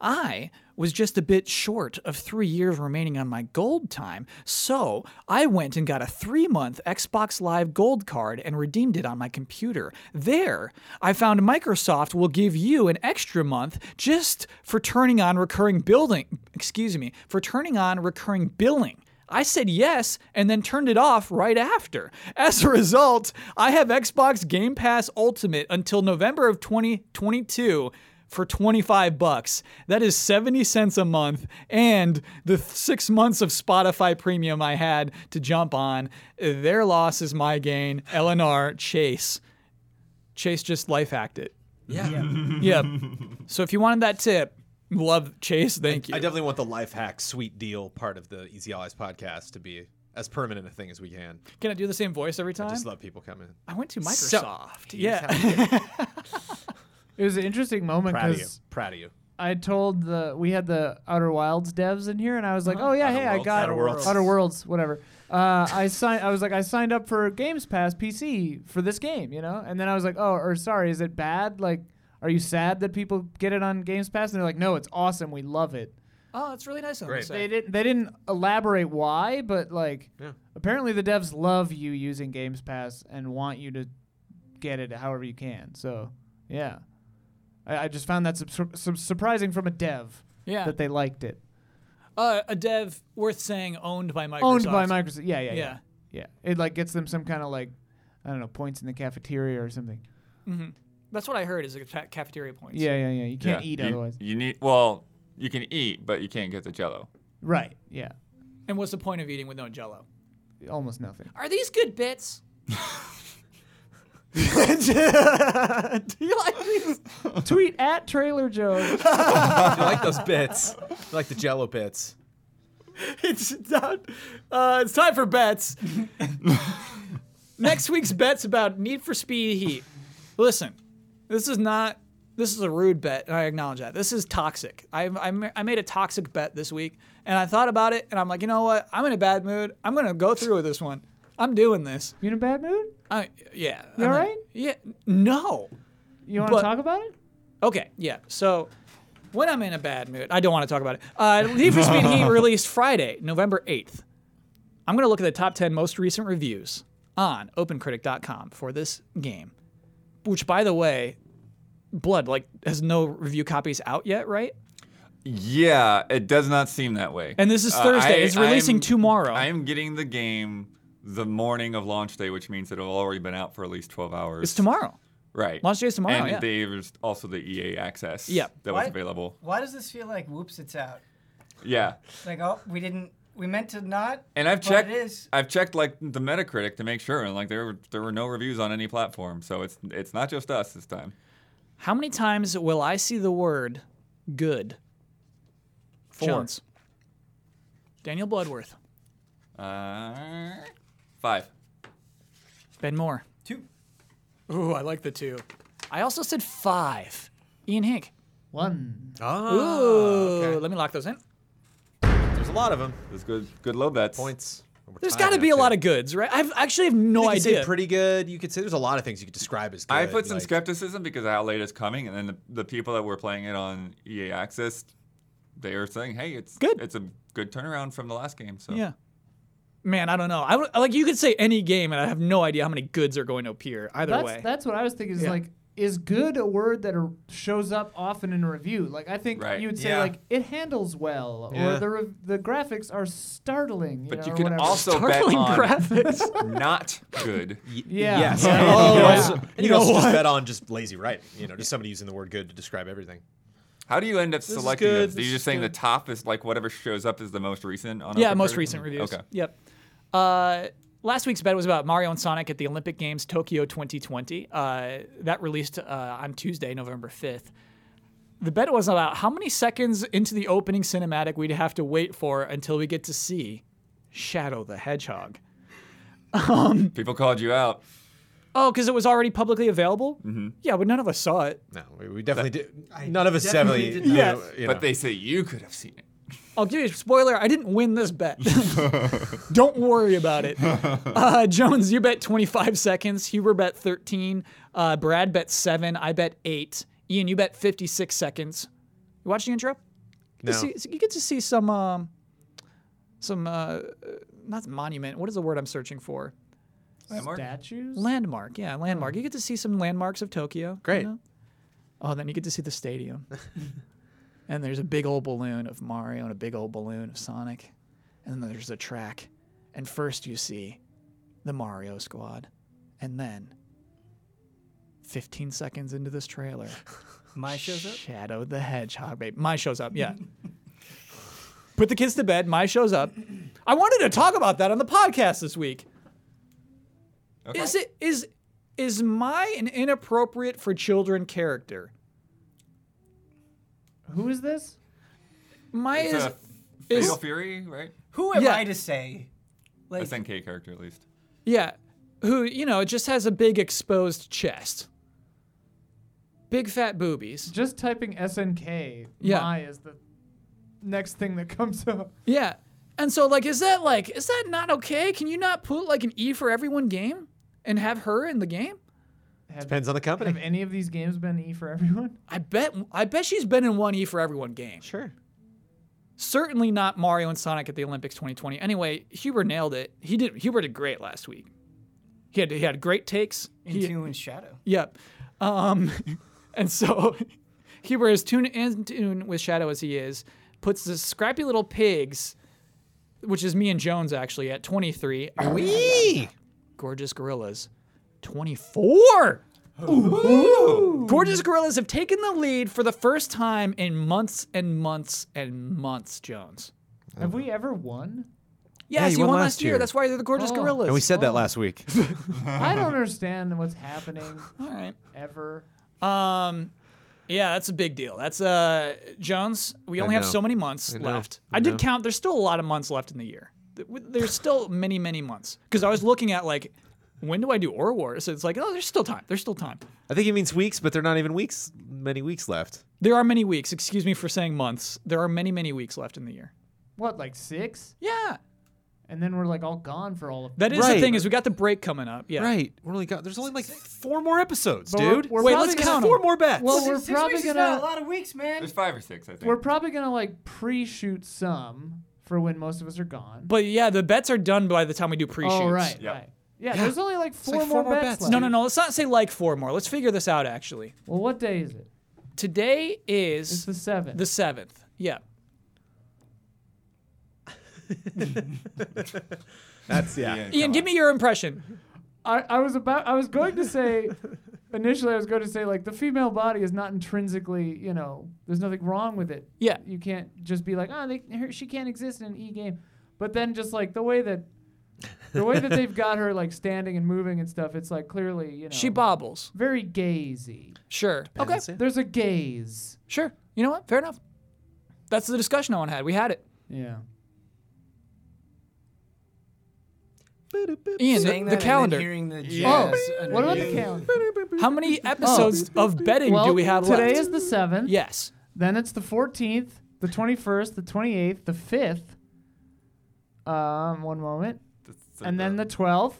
A: I was just a bit short of three years remaining on my gold time, so I went and got a three month Xbox Live gold card and redeemed it on my computer. There, I found Microsoft will give you an extra month just for turning on recurring building, excuse me, for turning on recurring billing. I said yes and then turned it off right after. As a result, I have Xbox Game Pass Ultimate until November of 2022 for 25 bucks. That is 70 cents a month and the 6 months of Spotify premium I had to jump on. Their loss is my gain. LNR Chase. Chase just life hacked it. Yeah. yeah. So if you wanted that tip, love Chase, thank you.
F: I definitely want the life hack sweet deal part of the Easy Allies podcast to be as permanent a thing as we can.
A: Can I do the same voice every time?
F: Just let people come in.
A: I went to Microsoft. yeah.
D: It was an interesting moment
F: Proud of you.
D: because
F: Proud of you.
D: I told the we had the Outer Wilds devs in here, and I was like, "Oh yeah, hey, I
F: Worlds.
D: got
F: Outer Worlds.
D: Outer Worlds, whatever." Uh, I signed. I was like, I signed up for Games Pass PC for this game, you know. And then I was like, "Oh, or sorry, is it bad? Like, are you sad that people get it on Games Pass?" And they're like, "No, it's awesome. We love it."
A: Oh, it's really nice of them to
F: Great.
A: say.
D: They didn't. They didn't elaborate why, but like, apparently the devs love you using Games Pass and want you to get it however you can. So, yeah, I, I just found that sub- sub- surprising from a dev
A: Yeah.
D: that they liked it.
A: Uh, a dev worth saying owned by Microsoft.
D: Owned by Microsoft. Yeah, yeah, yeah,
A: Yeah.
D: yeah. It like gets them some kind of like, I don't know, points in the cafeteria or something.
A: That's what I heard is a ca- cafeteria points.
D: Yeah, yeah, yeah. You can't
B: Yeah,
D: eat
B: you-
D: otherwise.
B: You need well, you can eat, but you can't get the jello.
D: Right. Yeah.
A: And what's the point of eating with no jello?
D: Almost nothing.
A: Are these good bits? Do you like these?
D: Tweet at Trailer Joe.
F: I like those bits. I like the jello bits.
A: It's, down, uh, it's time for bets. Next week's bet's about Need for Speed Heat. Listen, this is not. This is a rude bet, and I acknowledge that. This is toxic. I, I, ma- I made a toxic bet this week, and I thought about it, and I'm like, you know what? I'm in a bad mood. I'm gonna go through with this one. I'm doing this.
D: You in a bad mood?
A: I, yeah.
D: You
A: I'm
D: all
A: a-
D: right?
A: Yeah. No.
D: You want to
A: But-
D: talk about it?
A: Okay, yeah. So when I'm in a bad mood, I don't want to talk about it. Uh, Need for Speed Heat released Friday, November 8th. I'm going to look at the top 10 most recent reviews on opencritic.com for this game, which, by the way, Blood like has no review copies out yet, right?
B: Yeah, it does not seem that way.
A: And this is Thursday. It's releasing
B: Uh, I'm-
A: tomorrow.
B: I am getting the game the morning of launch day, which means it'll already been out for at least 12 hours.
A: It's tomorrow.
B: Right.
A: Launch day is tomorrow,
B: And
A: yeah.
B: there's also the EA access
A: Yeah.
B: that
E: What?
B: was available.
E: Why does this feel like whoops? It's out.
B: Yeah.
E: Like oh, we didn't. We meant to not.
B: And I've
E: but
B: checked
E: It is.
B: I've checked like the Metacritic to make sure and like there were there were no reviews on any platform. So it's it's not just us this time.
A: How many times will I see the word good? Four. Daniel Bloodworth,
B: Uh, five.
A: Ben Moore.
E: Two.
A: Ooh, I like the two. I also said five. Ian Hink.
D: One.
F: Ah,
A: Ooh, let me lock those in.
F: there's a lot of them.
B: There's good good low bets.
F: Points. over
A: There's
F: time
A: got to
F: now,
A: be a
F: too.
A: lot of goods, right? I've actually have
F: You
A: no
F: could say
A: idea.
F: pretty good. You could say there's a lot of things you could describe as good.
B: I put some
F: like-
B: skepticism because of how late it's coming, and then the, the people that were playing it on EA Access, they are saying, "Hey, it's
A: Good.
B: It's a good turnaround from the last game." So
A: yeah. Man, I don't know. I would, like you could say any game, and I have no idea how many goods are going to appear either
D: That's
A: way.
D: that's what I was thinking. Is
A: Yeah.
D: like, is good a word that are, shows up often in a review? Like, I think
B: Right.
D: you would say
F: Yeah.
D: like it handles well, or
F: Yeah.
D: the re- the graphics are startling. You
B: But
D: know,
B: you
D: or
B: can
D: whatever.
B: also
A: Startling
B: bet
A: graphics.
B: on not good.
D: yeah.
F: Yes.
D: Yeah.
F: And you
D: Yeah.
F: can also, Oh, and you
A: know
F: can also just
A: what?
F: bet on just lazy writing. You know, just somebody using the word good to describe everything.
B: How do you end up
F: is
B: selecting
F: good,
B: those? Are
F: this
B: you
F: is
B: just saying
F: good.
B: the top is like whatever shows up is the most recent on?
A: yeah,
B: Open
A: most
B: Critic?
A: recent reviews.
B: Okay.
A: Yep. Uh, last week's bet was about Mario and Sonic at the Olympic Games Tokyo 2020. Uh, that released uh, on Tuesday, November 5th. The bet was about how many seconds into the opening cinematic we'd have to wait for until we get to see Shadow the Hedgehog.
B: People called you out.
A: Oh, because it was already publicly available? Mm-hmm. Yeah, but none of us saw it.
F: No, we, we definitely did. None of us definitely.
E: definitely
F: knew,
A: did not.
F: you know.
B: But they say you could have seen it.
A: I'll give you a spoiler. I didn't win this bet. Don't worry about it. Uh, Jones, you bet 25 seconds. Huber bet 13. Uh, Brad bet seven. I bet eight. Ian, you bet 56 seconds. You watch the intro? You,
F: No.
A: see- you get to see some, um, some uh, not monument. What is the word I'm searching for?
D: Statues?
A: Landmark. Yeah, landmark. You get to see some landmarks of Tokyo. you
F: Great.
A: know? Oh, then you get to see the stadium. and there's a big old balloon of Mario and a big old balloon of Sonic. And then there's a track. And first you see the Mario squad. And then 15 seconds into this trailer,
E: My shows up.
A: Shadow the Hedgehog, babe. My shows up, yeah. Put the kids to bed. My shows up. I wanted to talk about that on the podcast this week.
B: Okay.
A: Is it is is my an inappropriate for children character?
D: Who is this?
A: My
B: It's
A: is
B: a Fatal Fury, right?
E: Who am
A: Yeah.
E: I to say? Like,
B: SNK character at least.
A: yeah, who you know just has a big exposed chest, big fat boobies.
D: Just typing SNK.
A: Yeah.
D: My is the next thing that comes up.
A: Yeah, and so like is that like is that not okay? Can you not put like an E for everyone game and have her in the game?
D: Have,
F: Depends on the
D: have
F: company.
D: any of these games been E for everyone?
A: I bet I bet she's been in one E for everyone game.
F: Sure.
A: Certainly not Mario and Sonic at the Olympics 2020. Anyway, Huber nailed it. He did. Huber did great last week. He had he had great takes. He-
E: into and shadow.
A: Yep. Um, and so Huber is tuned in tune with Shadow as he is, puts the scrappy little pigs, which is me and Jones actually at 23, and
F: Wee!
A: gorgeous gorillas, 24. Gorgeous gorillas have taken the lead for the first time in months and months and months. Jones.
D: Have we ever won?
A: Yes,
F: you
A: he
F: won
A: won,
F: last
A: last year.
F: year.
A: That's why they're the gorgeous
D: Oh.
A: gorillas.
F: And we said that last week.
D: I don't understand what's happening
A: All right.
D: ever.
A: Um, yeah, that's a big deal. That's uh, Jones. We only have
F: know.
A: so many months
F: know.
A: left.
F: I
A: I did
F: know.
A: count. There's still a lot of months left in the year. Th- w- There's still many, many months because I was looking at like, when do I do Or Wars? So it's like, oh, there's still time. There's still time.
F: I think he means weeks, but they're not even weeks. Many weeks left.
A: There are many weeks. Excuse me for saying months. There are many, many weeks left in the year.
D: What, like six?
A: Yeah,
D: And then we're like all gone for all of
A: that is the
F: Right.
A: thing. Is we got the break coming up. Yeah.
F: Right. We're only got. There's only like four more episodes,
D: But
F: dude.
D: we're- we're
A: Wait,
D: probably
A: let's
D: gonna-
A: count 'em.
F: four more bets.
D: Well, we're
E: Six- six
D: probably
E: weeks is
D: gonna-
E: not a lot of weeks, man.
B: There's five or six, I think.
D: We're probably gonna like pre-shoot some for when most of us are gone.
A: But yeah, the bets are done by the time we do pre-shoots.
D: oh right,
B: Yep.
D: right. Yeah, there's only like four,
F: like
D: more, bets. left.
A: No, no, no. Let's not say like four more. Let's figure this out. Actually,
D: Well, what day is it?
A: today
D: It's
A: is
D: the seventh.
A: the seventh. Yeah.
F: That's yeah.
A: Ian, give me your impression.
D: I, I was about I was going to say initially I was going to say like the female body is not intrinsically you know there's nothing wrong with it
A: Yeah.
D: you can't just be like oh they, her, she can't exist in an e game but then just like the way that the way that they've got her like standing and moving and stuff it's like clearly you know
A: She bobbles.
D: very gazy
A: Sure. Okay.
F: Depends, yeah.
D: there's a gaze
A: Sure. You know what? Fair enough. That's the discussion I want to had. We had it.
D: yeah
A: Ian,
E: Saying
A: the,
E: that
A: the
E: and then
A: calendar.
E: Hearing the
D: oh
E: jazz
D: what about the
E: underneath.
D: calendar
A: How many episodes of betting
D: Oh. well
A: do we have
D: today
A: left?
D: is the seventh
A: yes.
D: Then it's the 14th, the 21st, the 28th, the 5th. Um, one moment. And then the 12th.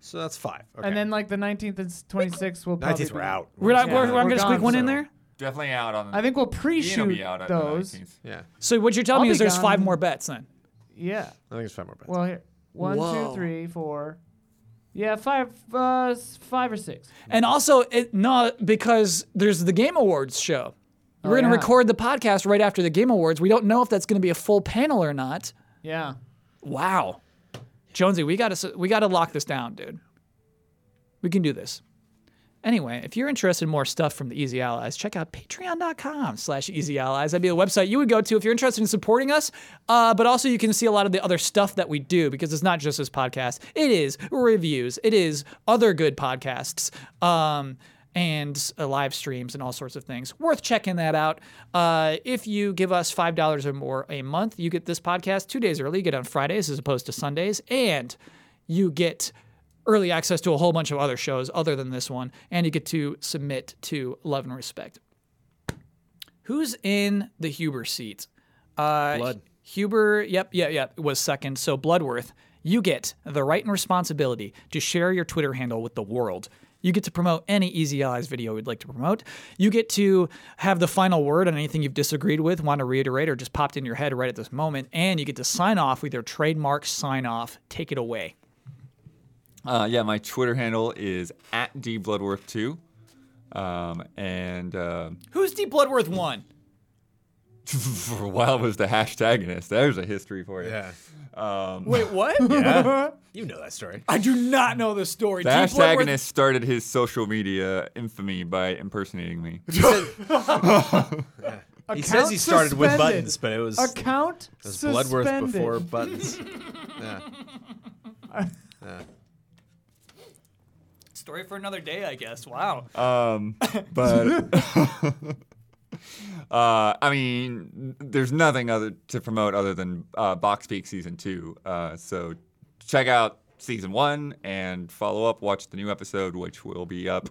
F: So that's five. Okay.
D: And then like the 19th and s- 26th will probably
F: nineteenth
D: be-
F: we're out.
A: We're not,
D: Yeah.
A: we're,
D: We're
A: going to squeak
D: gone,
A: one in
D: so.
A: there?
B: definitely out on.
D: I think we'll
B: Ian will
D: pre-shoot
B: be out at the
D: those.
B: 19th.
F: Yeah.
A: So what you're telling
D: I'll
A: me
D: be
A: is there's five
D: gone.
A: more bets then.
D: Yeah.
F: I think it's five more bets.
D: Well, here. one, two,
A: Whoa.
D: three, four. Yeah, five, uh, s- five or six.
A: And also, it, no, because there's the Game Awards show. We're going to
D: Oh, yeah.
A: record the podcast right after the Game Awards. We don't know if that's going to be a full panel or not.
D: Yeah.
A: Wow. Jonesy, we gotta s- we gotta lock this down, dude. We can do this. Anyway, if you're interested in more stuff from the Easy Allies, check out patreon.com slash easy allies. That'd be the website you would go to if you're interested in supporting us. Uh, but also you can see a lot of the other stuff that we do because it's not just this podcast. It is reviews. It is other good podcasts. Um, and uh, live streams and all sorts of things. Worth checking that out. Uh, if you give us $5 or more a month, you get this podcast two days early. You get it on Fridays as opposed to Sundays. And you get early access to a whole bunch of other shows other than this one. And you get to submit to Love and Respect. Who's in the Huber seat? Uh,
F: Blood.
A: Huber, yep, yeah, yeah, was second. So Bloodworth, you get the right and responsibility to share your Twitter handle with the world. You get to promote any Easy Eyes video you'd like to promote. You get to have the final word on anything you've disagreed with, want to reiterate, or just popped in your head right at this moment. And you get to sign off with your trademark sign off. Take it away.
B: Uh, yeah, my Twitter handle is at dbloodworth2. Um, and uh,
A: Who's D Bloodworth one?
B: for a while was the hashtagonist. There's a history for you.
F: Yeah.
A: Wait, what?
F: You know that story.
A: I do not know this story.
B: The
A: D. Bloodworth-
B: hashtagonist started his social media infamy by impersonating me.
F: he
D: Account
F: says he started with
D: suspended.
F: buttons, but it was, it
D: Account
F: was
D: suspended.
F: Bloodworth before buttons. yeah.
A: Story for another day, I guess. Wow.
B: Uh, but uh, I mean, there's nothing other to promote other than uh, Box Peak season two. Uh, so check out season one and follow up. Watch the new episode, which will be up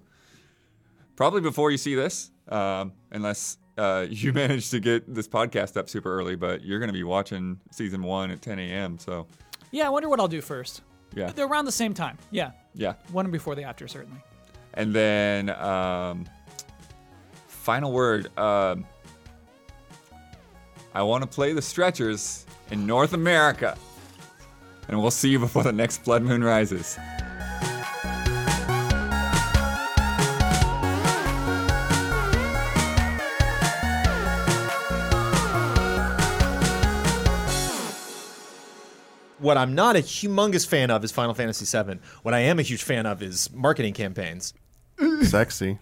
B: probably before you see this, um, unless. Uh, you managed to get this podcast up super early, but you're going to be watching season one at 10 a.m. So,
A: yeah, I wonder what I'll do first.
B: yeah,
A: They're around the same time. Yeah.
B: yeah.
A: One before the after, certainly.
B: And then um, final word. Um, I want to play the Stretchers in North America, and we'll see you before the next blood moon rises.
F: What I'm not a humongous fan of is Final Fantasy VII. What I am a huge fan of is marketing campaigns.
G: Sexy.